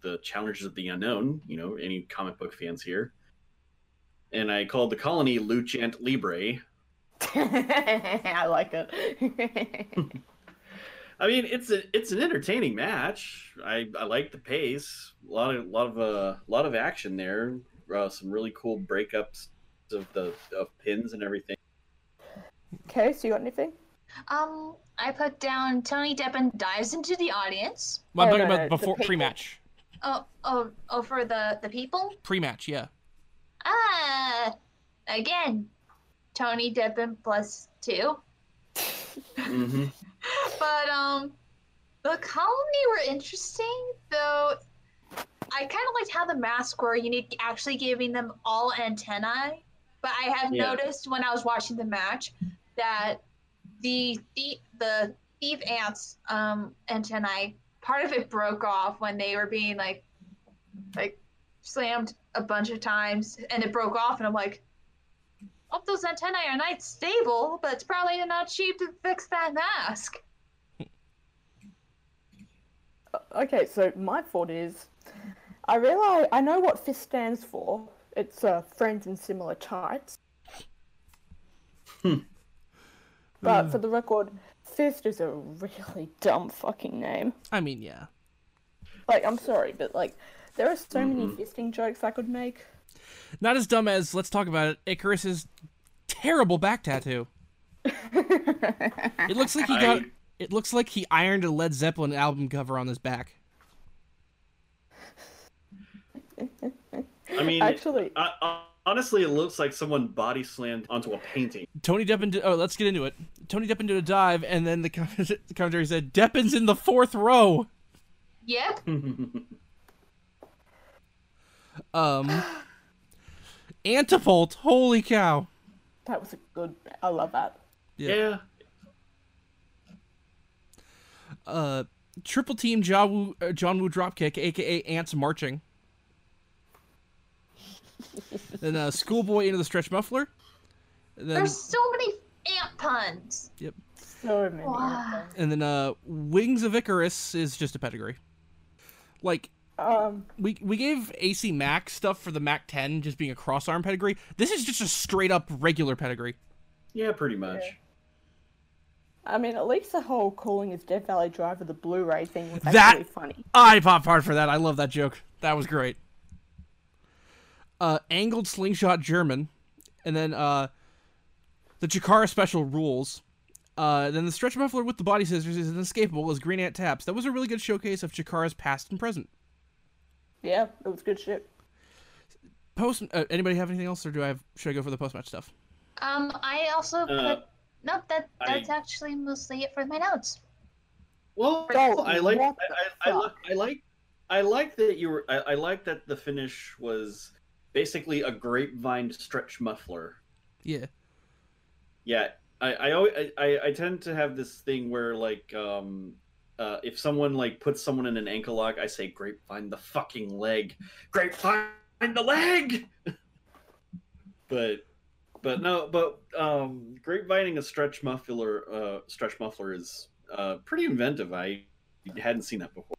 Speaker 6: the challengers of the unknown. You know, any comic book fans here. And I called the colony Luchant Libre.
Speaker 3: I like it.
Speaker 6: I mean, it's a it's an entertaining match. I, I like the pace. A lot of lot of uh, lot of action there. Uh, some really cool breakups of the of pins and everything.
Speaker 3: okay, so you got anything?
Speaker 4: Um, I put down Tony Deppen dives into the audience.
Speaker 2: Well, I'm
Speaker 3: Oh,
Speaker 2: talking
Speaker 3: no,
Speaker 2: about
Speaker 3: no, the
Speaker 2: before
Speaker 3: people.
Speaker 2: pre-match.
Speaker 4: Oh, oh, oh, for the the people.
Speaker 2: Pre-match, yeah.
Speaker 4: Ah, again, Tony Deppen plus two.
Speaker 6: hmm
Speaker 4: But um, the colony were interesting though. I kind of liked how the masks were unique, actually giving them all antennae. But I have
Speaker 6: Yeah.
Speaker 4: noticed when I was watching the match that the the the thief ants um antennae part of it broke off when they were being like like slammed a bunch of times and it broke off and I'm like hope those antennae are not stable but it's probably not cheap to fix that mask
Speaker 3: Okay, so my thought is, I realize I know what FIST stands for. It's uh, friends in similar types. But for the record, FIST is a really dumb fucking name.
Speaker 2: I mean, yeah.
Speaker 3: Like, I'm sorry, but like, there are so many fisting jokes I could make.
Speaker 2: Not as dumb as let's talk about it. Icarus's terrible back tattoo. it looks like he got.
Speaker 6: I-
Speaker 2: It looks like he ironed a Led Zeppelin album cover on his back.
Speaker 6: I mean,
Speaker 3: Actually,
Speaker 6: Uh, uh, honestly, it looks like someone body slammed onto a painting.
Speaker 2: Tony Deppen. Did, oh, let's get into it. Tony Deppen did a dive, and then the com- the commentary said Deppen's in the fourth row.
Speaker 4: yep
Speaker 2: Um, Antipult. Holy cow!
Speaker 3: that was a good. I love that.
Speaker 2: Yeah.
Speaker 6: Yeah.
Speaker 2: Uh, triple team John Woo, uh, John Woo dropkick, aka Ants marching. then uh, schoolboy into the stretch muffler. And then,
Speaker 4: There's so many ant puns.
Speaker 2: yep.
Speaker 3: So many.
Speaker 4: Wow.
Speaker 2: And then uh, Wings of Icarus is just a pedigree. Like
Speaker 3: Um,
Speaker 2: we we gave AC Mac stuff for the Mac 10 just being a cross arm pedigree. This is just a straight up regular pedigree.
Speaker 6: Yeah, pretty much.
Speaker 3: I mean, at least the whole calling his Death Valley Driver the Blu-ray thing was
Speaker 2: That-
Speaker 3: actually funny.
Speaker 2: I popped hard for that. I love that joke. That was great. Uh, angled slingshot German, and then uh, the Chikara special rules. Uh, then the stretch muffler with the body scissors is inescapable as Green Ant taps. That was a really good showcase of Chikara's past and present.
Speaker 3: Yeah, it was good shit.
Speaker 2: Post. Uh, anybody have anything else, or do I have? Should I go for the post match stuff?
Speaker 4: Um, I also put.
Speaker 6: Uh,
Speaker 4: nope, that
Speaker 6: I-
Speaker 4: that's actually mostly it for my notes.
Speaker 6: Well,
Speaker 4: Oh,
Speaker 6: I like I,
Speaker 3: what
Speaker 6: I, I,
Speaker 3: the
Speaker 6: like I like I like that you were I, I like that the finish was basically a grapevine stretch muffler.
Speaker 2: Yeah.
Speaker 6: Yeah, I I always, I- I, I tend to have this thing where like um uh, if someone like puts someone in an ankle lock, I say grapevine the fucking leg, grapevine the leg. but but no, but um grapevining a stretch muffler uh stretch muffler is uh pretty inventive. I hadn't seen that before.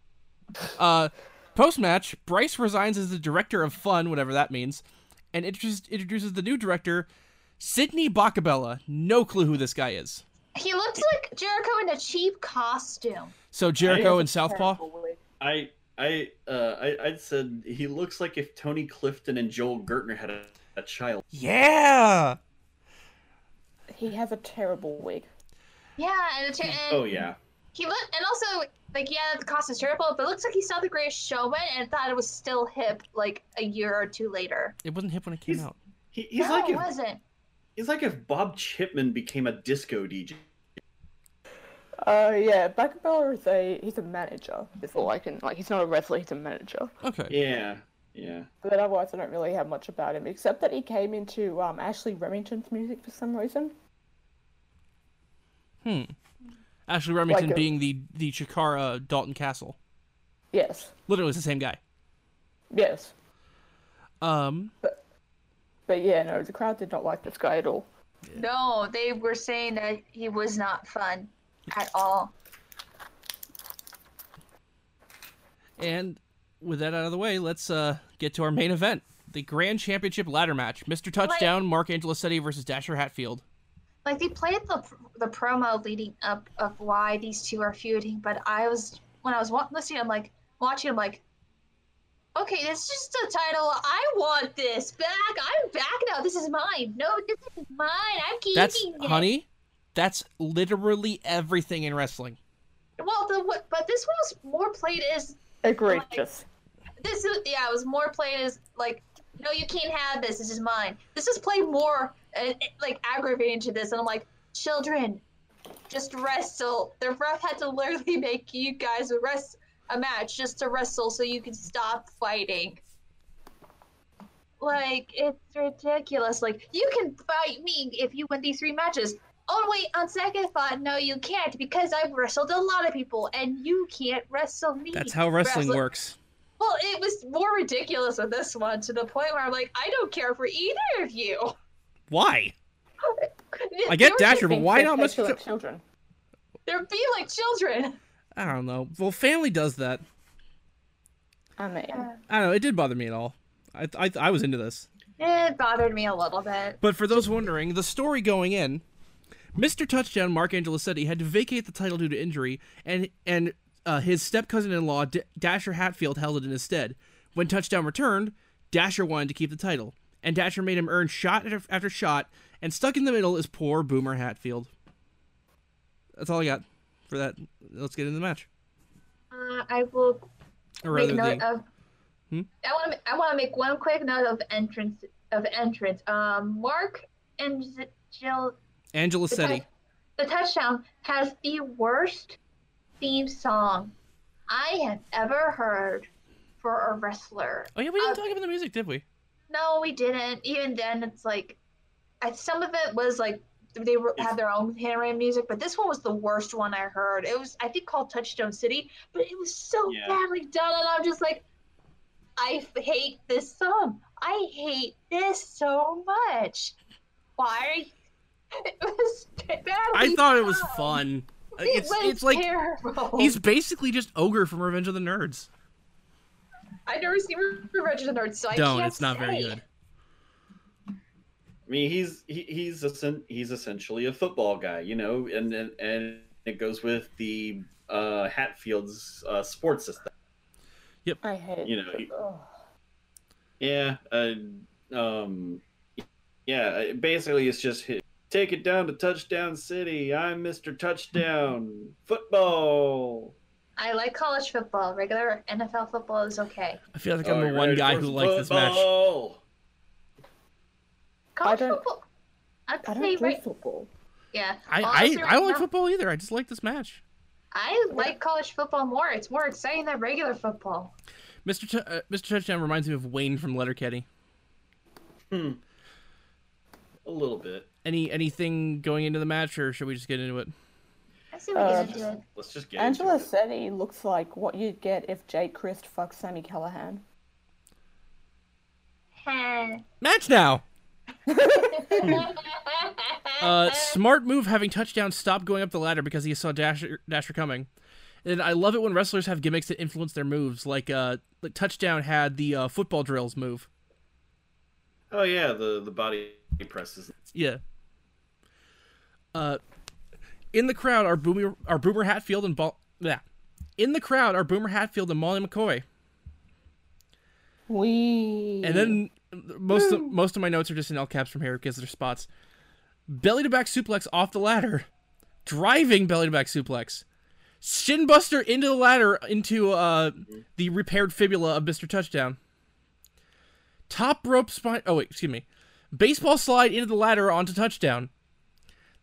Speaker 2: Uh, post match, Bryce resigns as the director of fun, whatever that means, and introduces, introduces the new director, Sydney Bacabella. No clue who this guy is.
Speaker 4: He looks like Jericho in a cheap costume.
Speaker 2: So Jericho and Southpaw.
Speaker 3: Probably.
Speaker 6: I I uh I, I said he looks like if Tony Clifton and Joel Gertner had a, a child.
Speaker 2: Yeah.
Speaker 3: He has a terrible wig.
Speaker 4: Yeah, and, it, and
Speaker 6: Oh yeah.
Speaker 4: he look and also like yeah, the cost is terrible, but it looks like he saw the greatest showman and thought it was still hip like a year or two later.
Speaker 2: It wasn't hip when it came
Speaker 6: He's-
Speaker 2: out.
Speaker 6: He, he's
Speaker 4: no,
Speaker 6: like
Speaker 4: it
Speaker 6: if,
Speaker 4: wasn't.
Speaker 6: he's like if Bob Chipman became a disco DJ.
Speaker 3: Uh, yeah, Bacabella is a he's a manager. Is all I can like. He's not a wrestler. He's a manager.
Speaker 2: Okay.
Speaker 6: Yeah. Yeah.
Speaker 3: But otherwise, I don't really have much about him except that he came into um Ashley Remington's music for some reason.
Speaker 2: Ashley Remington
Speaker 3: Like a-
Speaker 2: being the the Chikara Dalton Castle.
Speaker 3: Yes,
Speaker 2: Literally, it's the same guy.
Speaker 3: yes.
Speaker 2: Um.
Speaker 3: But yeah, no, the crowd did not like this guy at all.
Speaker 4: No, they were saying that he was not fun at all.
Speaker 2: And with that out of the way, let's uh, get to our main event the Grand Championship ladder match. Mr. Touchdown, Mark Angelicetti versus Dasher Hatfield.
Speaker 4: Like they played the the promo leading up of why these two are feuding, but I was when I was wa- listening, I'm like watching, I'm like, okay, this is just a title. I want this back. I'm back now. This is mine. No, this is mine. I'm keeping
Speaker 2: That's,
Speaker 4: it.
Speaker 2: honey, that's literally everything in wrestling.
Speaker 4: Well, the what- but this one was more played as
Speaker 3: Egregious.
Speaker 4: this. is- Yeah, it was more played as like, no, you can't have this. This is mine. This is played more uh, like aggravating to this, and I'm like, children, just wrestle. The ref had to literally make you guys a rest a match just to wrestle so you can stop fighting. Like it's ridiculous. Like you can fight me if you win these three matches. Oh wait, on second thought, no, you can't because I've wrestled a lot of people and you can't wrestle me.
Speaker 2: That's how wrestling
Speaker 4: Wrestle-
Speaker 2: works.
Speaker 4: Well, it was more ridiculous with this one to the point where I'm like, I don't care for either of you.
Speaker 2: Why? I
Speaker 4: They
Speaker 2: get
Speaker 4: were-
Speaker 2: Dasher, but
Speaker 3: Being
Speaker 2: why
Speaker 3: so
Speaker 2: not Mr.
Speaker 3: sexual
Speaker 2: Tou-
Speaker 3: at children?
Speaker 4: They're being like children.
Speaker 2: I don't know. Well, family does that.
Speaker 3: I mean,
Speaker 2: I don't know. It did bother me at all. I, I, I was into this.
Speaker 4: It bothered me a little bit.
Speaker 2: But for those wondering, the story going in, Mr. Touchdown Mark Angelicetti had to vacate the title due to injury, and and uh, his step cousin in law D- Dasher Hatfield held it in his stead. When Touchdown returned, Dasher wanted to keep the title, and Dasher made him earn shot after, after shot, and stuck in the middle is poor Boomer Hatfield. That's all I got for that. Let's get into the match.
Speaker 4: Uh, I will
Speaker 2: Or
Speaker 4: make
Speaker 2: rather,
Speaker 4: note
Speaker 2: the,
Speaker 4: of.
Speaker 2: Hmm?
Speaker 4: I want to. I want to make one quick note of entrance of entrance. Um, Mark and Jill.
Speaker 2: Angelicetti.
Speaker 4: The touchdown has the worst theme song I have ever heard for a wrestler.
Speaker 2: Oh yeah, we didn't
Speaker 4: uh,
Speaker 2: talk about the music, did we?
Speaker 4: No, we didn't. Even then, it's like, I, some of it was like they were, had their own handwritten music, but this one was the worst one I heard. It was, I think, called Touchstone City, but it was so
Speaker 6: Yeah.
Speaker 4: badly done, and I'm just like, I f- hate this song. I hate this so much. Why? It was badly.
Speaker 2: I thought it was
Speaker 4: done.
Speaker 2: fun.
Speaker 4: It
Speaker 2: It's
Speaker 4: was
Speaker 2: it's like
Speaker 4: terrible.
Speaker 2: he's basically just ogre from Revenge of the Nerds.
Speaker 4: I never seen Revenge of the Nerds, so I
Speaker 2: don't.
Speaker 4: can't
Speaker 2: It's not very
Speaker 4: say.
Speaker 2: good.
Speaker 6: I mean he's he, he's essen- he's essentially a football guy, you know, and and, and it goes with the uh Hatfield's uh sports system.
Speaker 3: I hate.
Speaker 6: You know, he-
Speaker 3: Ugh.
Speaker 6: Yeah, uh, um, yeah, it- basically it's just hit. take it down to Touchdown City. I'm Mr. Touchdown Football.
Speaker 4: I like college football. Regular NFL football is okay.
Speaker 2: I feel like
Speaker 6: Are
Speaker 2: I'm the
Speaker 6: you
Speaker 2: one
Speaker 6: Oh, ready
Speaker 2: guy
Speaker 6: for
Speaker 2: who
Speaker 6: some
Speaker 2: likes this match.
Speaker 6: football?
Speaker 4: College
Speaker 3: don't-
Speaker 4: football. I'd
Speaker 3: I
Speaker 4: say
Speaker 3: don't play
Speaker 4: right.
Speaker 3: football.
Speaker 4: Yeah.
Speaker 2: I
Speaker 4: Honestly,
Speaker 2: I, I don't
Speaker 4: right
Speaker 2: like
Speaker 4: now,
Speaker 2: football either. I just like this match.
Speaker 4: I like college football more. It's more exciting than regular football.
Speaker 2: Mr. T- uh, Mr. Touchdown reminds me of Wayne from Letterkenny.
Speaker 6: A little bit.
Speaker 2: Any anything going into the match, or should we just get into it?
Speaker 4: I see what
Speaker 3: Uh,
Speaker 4: he's doing.
Speaker 6: Let's just get
Speaker 3: Angela
Speaker 6: into it.
Speaker 3: Setti looks like what you'd get if Jake Christ fucked Sammy Callahan.
Speaker 4: Heh.
Speaker 2: Match now. uh,
Speaker 4: Uh-huh.
Speaker 2: smart move having touchdown stop going up the ladder because he saw Dasher, Dasher coming. And I love it when wrestlers have gimmicks that influence their moves, like uh, like touchdown had the uh, football drills move.
Speaker 6: Oh yeah, the the body presses.
Speaker 2: Yeah. Uh, in the crowd are Boomer are Boomer Hatfield and Ball. Yeah. In the crowd are Boomer Hatfield and Molly McCoy.
Speaker 3: We
Speaker 2: And then most of, most of my notes are just in L caps from here because they're spots. Belly to back suplex off the ladder, driving belly to back suplex, shinbuster into the ladder into uh the repaired fibula of Mister Touchdown. Top rope spine. Oh wait, excuse me. Baseball slide into the ladder onto touchdown.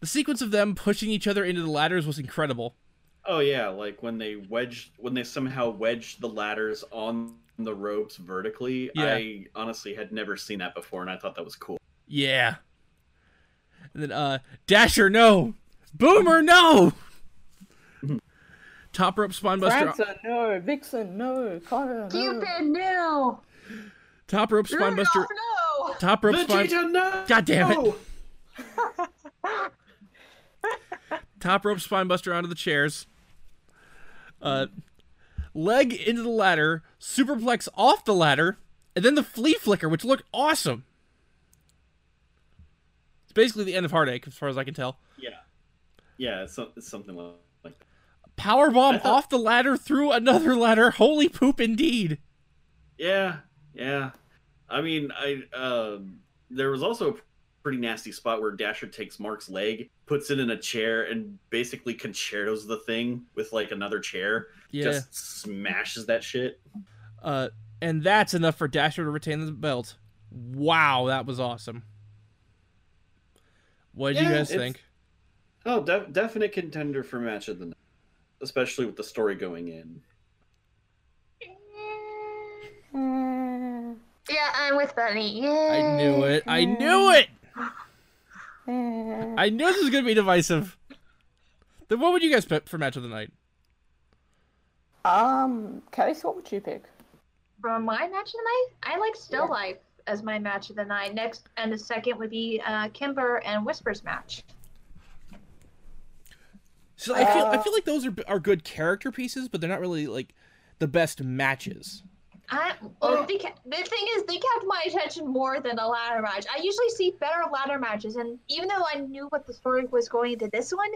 Speaker 2: The sequence of them pushing each other into the ladders was incredible.
Speaker 6: Oh yeah, like when they wedged when they somehow wedged the ladders on the ropes vertically.
Speaker 2: Yeah.
Speaker 6: I honestly had never seen that before, and I thought that was cool.
Speaker 2: Yeah. And then uh Dasher no. Boomer no. Top rope spinebuster
Speaker 3: Branson, no, Vixen, no, Connor, no.
Speaker 4: Cupid, no.
Speaker 2: top rope spinebuster
Speaker 4: Rudolph, no.
Speaker 2: top rope spine
Speaker 6: Vegeta, no!
Speaker 2: God damn it. Top rope spinebuster onto the chairs. Uh leg into the ladder, superplex off the ladder, and then the flea flicker which looked awesome. It's basically the end of heartache as far as I can tell.
Speaker 6: Yeah, yeah, it's, some- it's something like that.
Speaker 2: Powerbomb off the ladder through another ladder. Holy poop indeed.
Speaker 6: Yeah, yeah. I mean, I um, there was also a pretty nasty spot where Dasher takes Mark's leg, puts it in a chair, and basically concertos the thing with like another chair.
Speaker 2: Yeah.
Speaker 6: Just smashes that shit.
Speaker 2: Uh, and that's enough for Dasher to retain the belt. Wow, that was awesome. What did you
Speaker 6: Yeah,
Speaker 2: guys
Speaker 6: it's-
Speaker 2: think?
Speaker 6: Oh, de- definite contender for match of the night, especially with the story going in.
Speaker 4: Yeah, I'm with Bunny.
Speaker 2: I knew it. I knew it. I knew this was gonna be divisive. Then what would you guys pick for match of the night?
Speaker 3: Um, Case, what would you pick?
Speaker 4: From my match of the night, I like Still Life as my match of the night. Next and the second would be uh, Kimber and Whispers match.
Speaker 2: So I feel
Speaker 6: Uh,
Speaker 2: I feel like those are are good character pieces, but they're not really like the best matches.
Speaker 4: I,
Speaker 6: Oh.
Speaker 4: well, they ca- the thing is, they kept my attention more than a ladder match. I usually see better ladder matches, and even though I knew what the story was going into this one,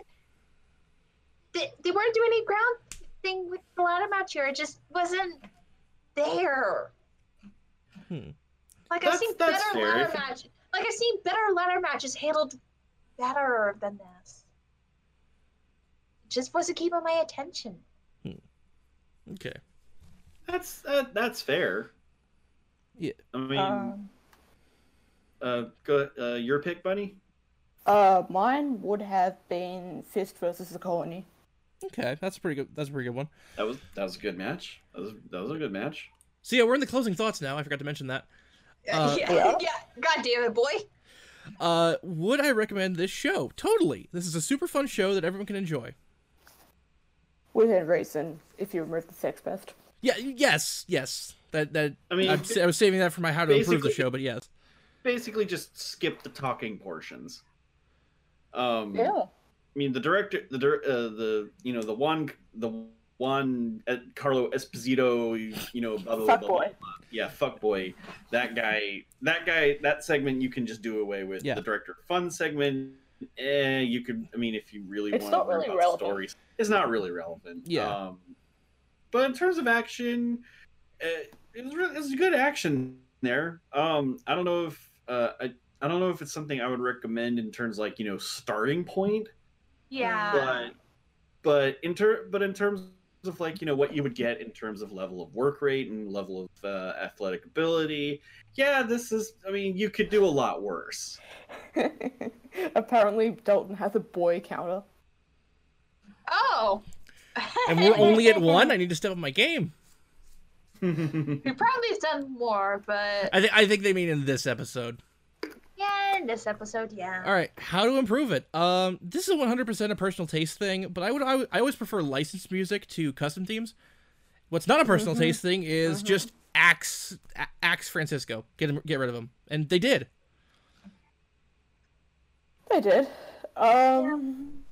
Speaker 4: they, they weren't doing any ground thing with the ladder match here. It just wasn't there.
Speaker 2: Hmm.
Speaker 4: Like I've
Speaker 6: That's-
Speaker 4: seen better
Speaker 6: that's fair.
Speaker 4: ladder
Speaker 6: If-
Speaker 4: match. Like I've seen better ladder matches handled better than this. It just wasn't keeping my attention.
Speaker 2: Okay.
Speaker 6: That's that, that's fair.
Speaker 2: Yeah.
Speaker 6: I mean, uh,
Speaker 3: Um,
Speaker 6: go, uh, your pick, Bunny.
Speaker 3: uh, mine would have been Fist versus the Colony.
Speaker 2: Okay, that's a pretty good. That's a pretty good one.
Speaker 6: That was that was a good match. That was that was a good match.
Speaker 2: So yeah, we're in the closing thoughts now. I forgot to mention that. Uh,
Speaker 4: yeah,
Speaker 3: yeah.
Speaker 4: yeah. God damn it, boy.
Speaker 2: Uh, would I recommend this show? Totally. This is a super fun show that everyone can enjoy.
Speaker 3: Within reason, if you remove the sex pest.
Speaker 2: Yeah. Yes. Yes. That. That.
Speaker 6: I mean,
Speaker 2: I'm, sa- I was saving that for my how to improve the
Speaker 6: basically-
Speaker 2: show, but yes.
Speaker 6: basically just skip the talking portions. Um,
Speaker 3: Yeah.
Speaker 6: I mean the director, the dir- uh, the you know the one the one uh, Carlo Esposito, you know, blah, blah, blah, blah,
Speaker 3: Fuckboy.
Speaker 6: blah. yeah, fuck boy, that guy, that guy, that segment you can just do away with.
Speaker 2: Yeah.
Speaker 6: The director fun segment, eh, you could. I mean, if you really
Speaker 3: It's
Speaker 6: want
Speaker 3: not
Speaker 6: to learn
Speaker 3: really
Speaker 6: about
Speaker 3: relevant.
Speaker 6: stories, it's not really relevant.
Speaker 2: Yeah.
Speaker 6: Um, but in terms of action, eh, uh, it was really, it was good action there. Um, I don't know if uh, I, I don't know if it's something I would recommend in terms like you know starting point,
Speaker 4: Yeah.
Speaker 6: but but in ter- but in terms of like you know what you would get in terms of level of work rate and level of uh, athletic ability, yeah, this is. I mean, you could do a lot worse.
Speaker 3: Apparently, Dalton has a boy counter.
Speaker 4: Oh.
Speaker 2: And we're only at one. I need to step up my game.
Speaker 4: We probably has done more, but
Speaker 2: I think I think they mean in this episode.
Speaker 4: yeah, in this episode, yeah.
Speaker 2: All right, how to improve it? Um, this is 100% a personal taste thing, but I would I, would- I always prefer licensed music to custom themes. What's not a personal taste thing is just axe A- axe Francisco. Get him, get rid of him, and they did.
Speaker 3: They did. Um,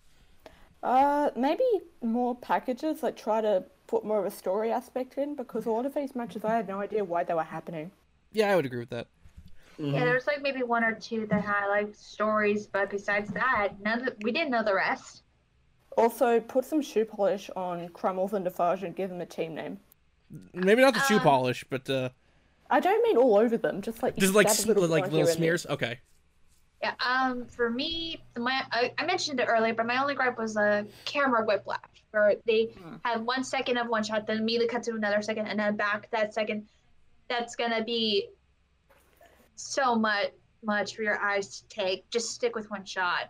Speaker 3: uh, maybe more packages. Like try to put more of a story aspect in because a lot of these matches, I had no idea why they were happening.
Speaker 2: Yeah, I would agree with that. Mm-hmm.
Speaker 4: Yeah, there's like maybe one or two that had like stories, but besides that, none of, we didn't know the rest.
Speaker 3: Also, put some shoe polish on Crummles and Defarge and give them a team name.
Speaker 2: Maybe not the shoe polish, but uh,
Speaker 3: I don't mean all over them, just like you
Speaker 2: just like
Speaker 3: dab a
Speaker 2: sm- like
Speaker 3: bit on
Speaker 2: little
Speaker 3: here and there.
Speaker 2: smears. Okay,
Speaker 4: Yeah. Um, for me, my I, I mentioned it earlier, but my only gripe was a camera whiplash, where they had one second of one shot, then immediately cut to another second, and then back that second. That's gonna be so much much for your eyes to take. Just stick with one shot,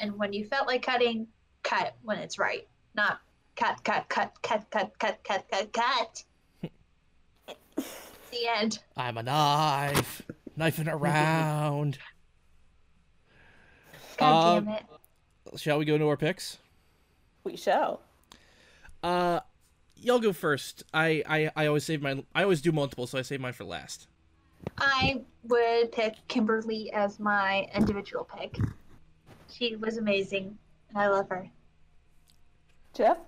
Speaker 4: and when you felt like cutting, cut when it's right, not cut, cut, cut, cut, cut, cut, cut, cut, cut. the end.
Speaker 2: I'm a knife, knifing around.
Speaker 4: God
Speaker 2: Um,
Speaker 4: damn it.
Speaker 2: Shall we go to our picks?
Speaker 3: We shall.
Speaker 2: Uh, y'all go first. I, I I always save my I always do multiple, so I save mine for last.
Speaker 4: I would pick Kimberly as my individual pick. She was amazing, and I love her.
Speaker 3: Jeff?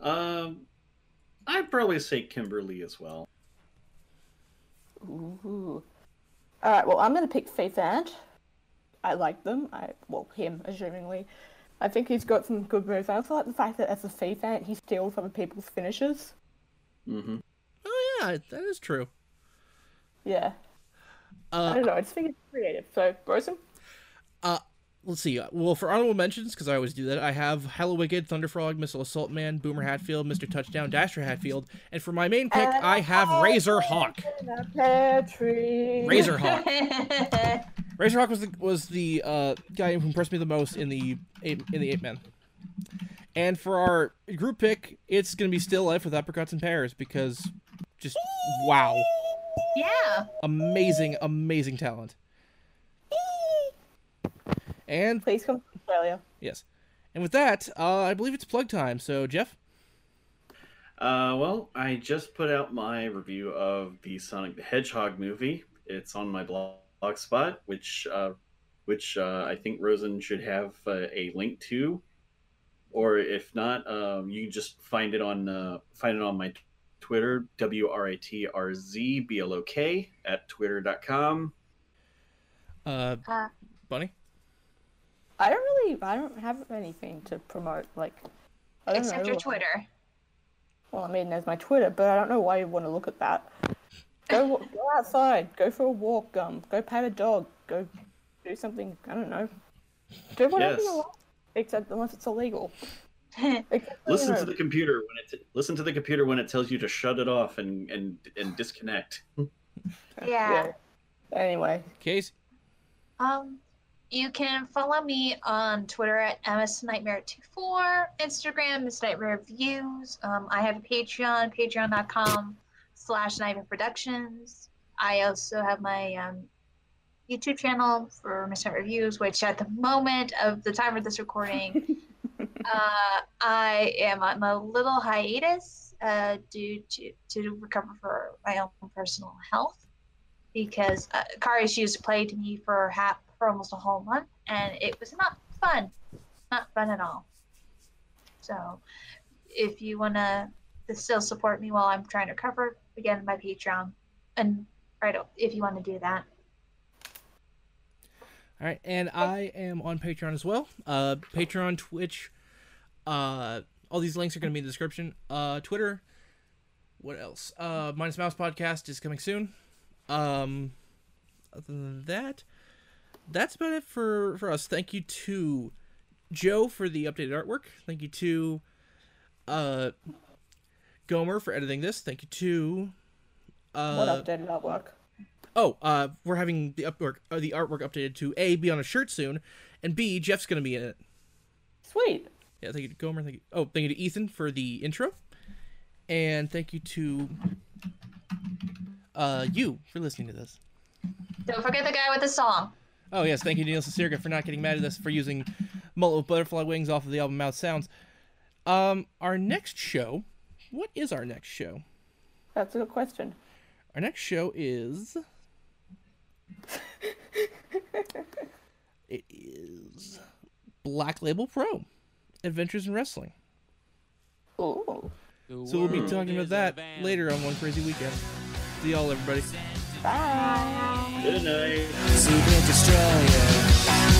Speaker 6: Um, I'd probably say Kimberly as well.
Speaker 3: Ooh. Alright, well, I'm going to pick Faith Ant. I like them. I Well, him, assumingly. I think he's got some good moves. I also like the fact that as a Faith Ant, he steals other people's finishes.
Speaker 6: Mm-hmm.
Speaker 2: Oh yeah, that is true.
Speaker 3: Yeah. I
Speaker 2: Uh,
Speaker 3: don't know. I just think it's creative. So, Rosen?
Speaker 2: let's see. Well, for honorable mentions, because I always do that, I have Hello Wicked, Thunder Frog, Missile Assault Man, Boomer Hatfield, Mister Touchdown, Dasher Hatfield, and for my main pick, I have Razor Hawk.
Speaker 3: Patrick.
Speaker 2: Razor Hawk. Razor Hawk was the, was the uh, guy who impressed me the most in the ape, in the Ape Man. And for our group pick, it's gonna be Still Life with Apricots and Pears because just wow.
Speaker 4: yeah.
Speaker 2: amazing, amazing talent. And
Speaker 3: Please come to Australia.
Speaker 2: yes, and with that, uh, I believe it's plug time. So Jeff,
Speaker 6: Uh, well, I just put out my review of the Sonic the Hedgehog movie. It's on my blog, spot, which uh, which uh, I think Rosen should have uh, a link to, or if not, um, you can just find it on uh, find it on my Twitter w r i t r z b l o k at twitter.com.
Speaker 2: uh,
Speaker 4: Uh,
Speaker 2: Bunny,
Speaker 3: I don't really, I don't have anything to promote. Like, I don't
Speaker 4: except
Speaker 3: know.
Speaker 4: your Twitter.
Speaker 3: Well, I mean, there's my Twitter, but I don't know why you want to look at that. Go, wa- go outside. Go for a walk. Um, go pat a dog. Go do something. I don't know. Do whatever
Speaker 6: Yes.
Speaker 3: you want, except unless it's illegal. Except for, you
Speaker 6: Listen
Speaker 3: know,
Speaker 6: to the computer when it listen to the computer when it tells you to shut it off and and and disconnect.
Speaker 4: Yeah.
Speaker 3: Anyway,
Speaker 2: Case,
Speaker 4: Um, you can follow me on Twitter at msnightmare24, Instagram Miss Nightmare Reviews. Um, I have a Patreon, patreon.com slash Nightmare Productions. I also have my um, YouTube channel for Miss Nightmare Reviews, which at the moment of the time of this recording, uh, I am on a little hiatus uh, due to, to recover for my own personal health because uh, car issues plagued me for ha- for almost a whole month, and it was not fun, not fun at all. So, if you wanna still support me while I'm trying to recover, again my Patreon, and right o- if you want to do that.
Speaker 2: all right, and I am on Patreon as well. Uh, Patreon, Twitch, uh, all these links are going to be in the description. Uh, Twitter, what else? Uh, Minus Mouse podcast is coming soon. Um, other than that, that's about it for for us. Thank you to Joe for the updated artwork. Thank you to uh Gomer for editing this. Thank you to
Speaker 3: What
Speaker 2: uh
Speaker 3: updated artwork?
Speaker 2: oh uh we're having the artwork uh, the artwork updated to a be on a shirt soon, and b Jeff's gonna be in it.
Speaker 3: Sweet.
Speaker 2: Yeah, thank you to Gomer. Thank you. Oh, thank you to Ethan for the intro, and thank you to uh you for listening to this.
Speaker 4: Don't forget the guy with the song.
Speaker 2: Oh yes, thank you to Neil Sirga for not getting mad at us for using Mullet with Butterfly Wings off of the album Mouth Sounds. Um, our next show, what is our next show?
Speaker 3: That's a good question.
Speaker 2: Our next show is. it is Black Label Pro, Adventures in Wrestling.
Speaker 3: Ooh.
Speaker 2: So we'll be talking about that later on One Crazy Weekend. See y'all, everybody.
Speaker 3: Bye.
Speaker 6: Good night.
Speaker 5: Super destroyer.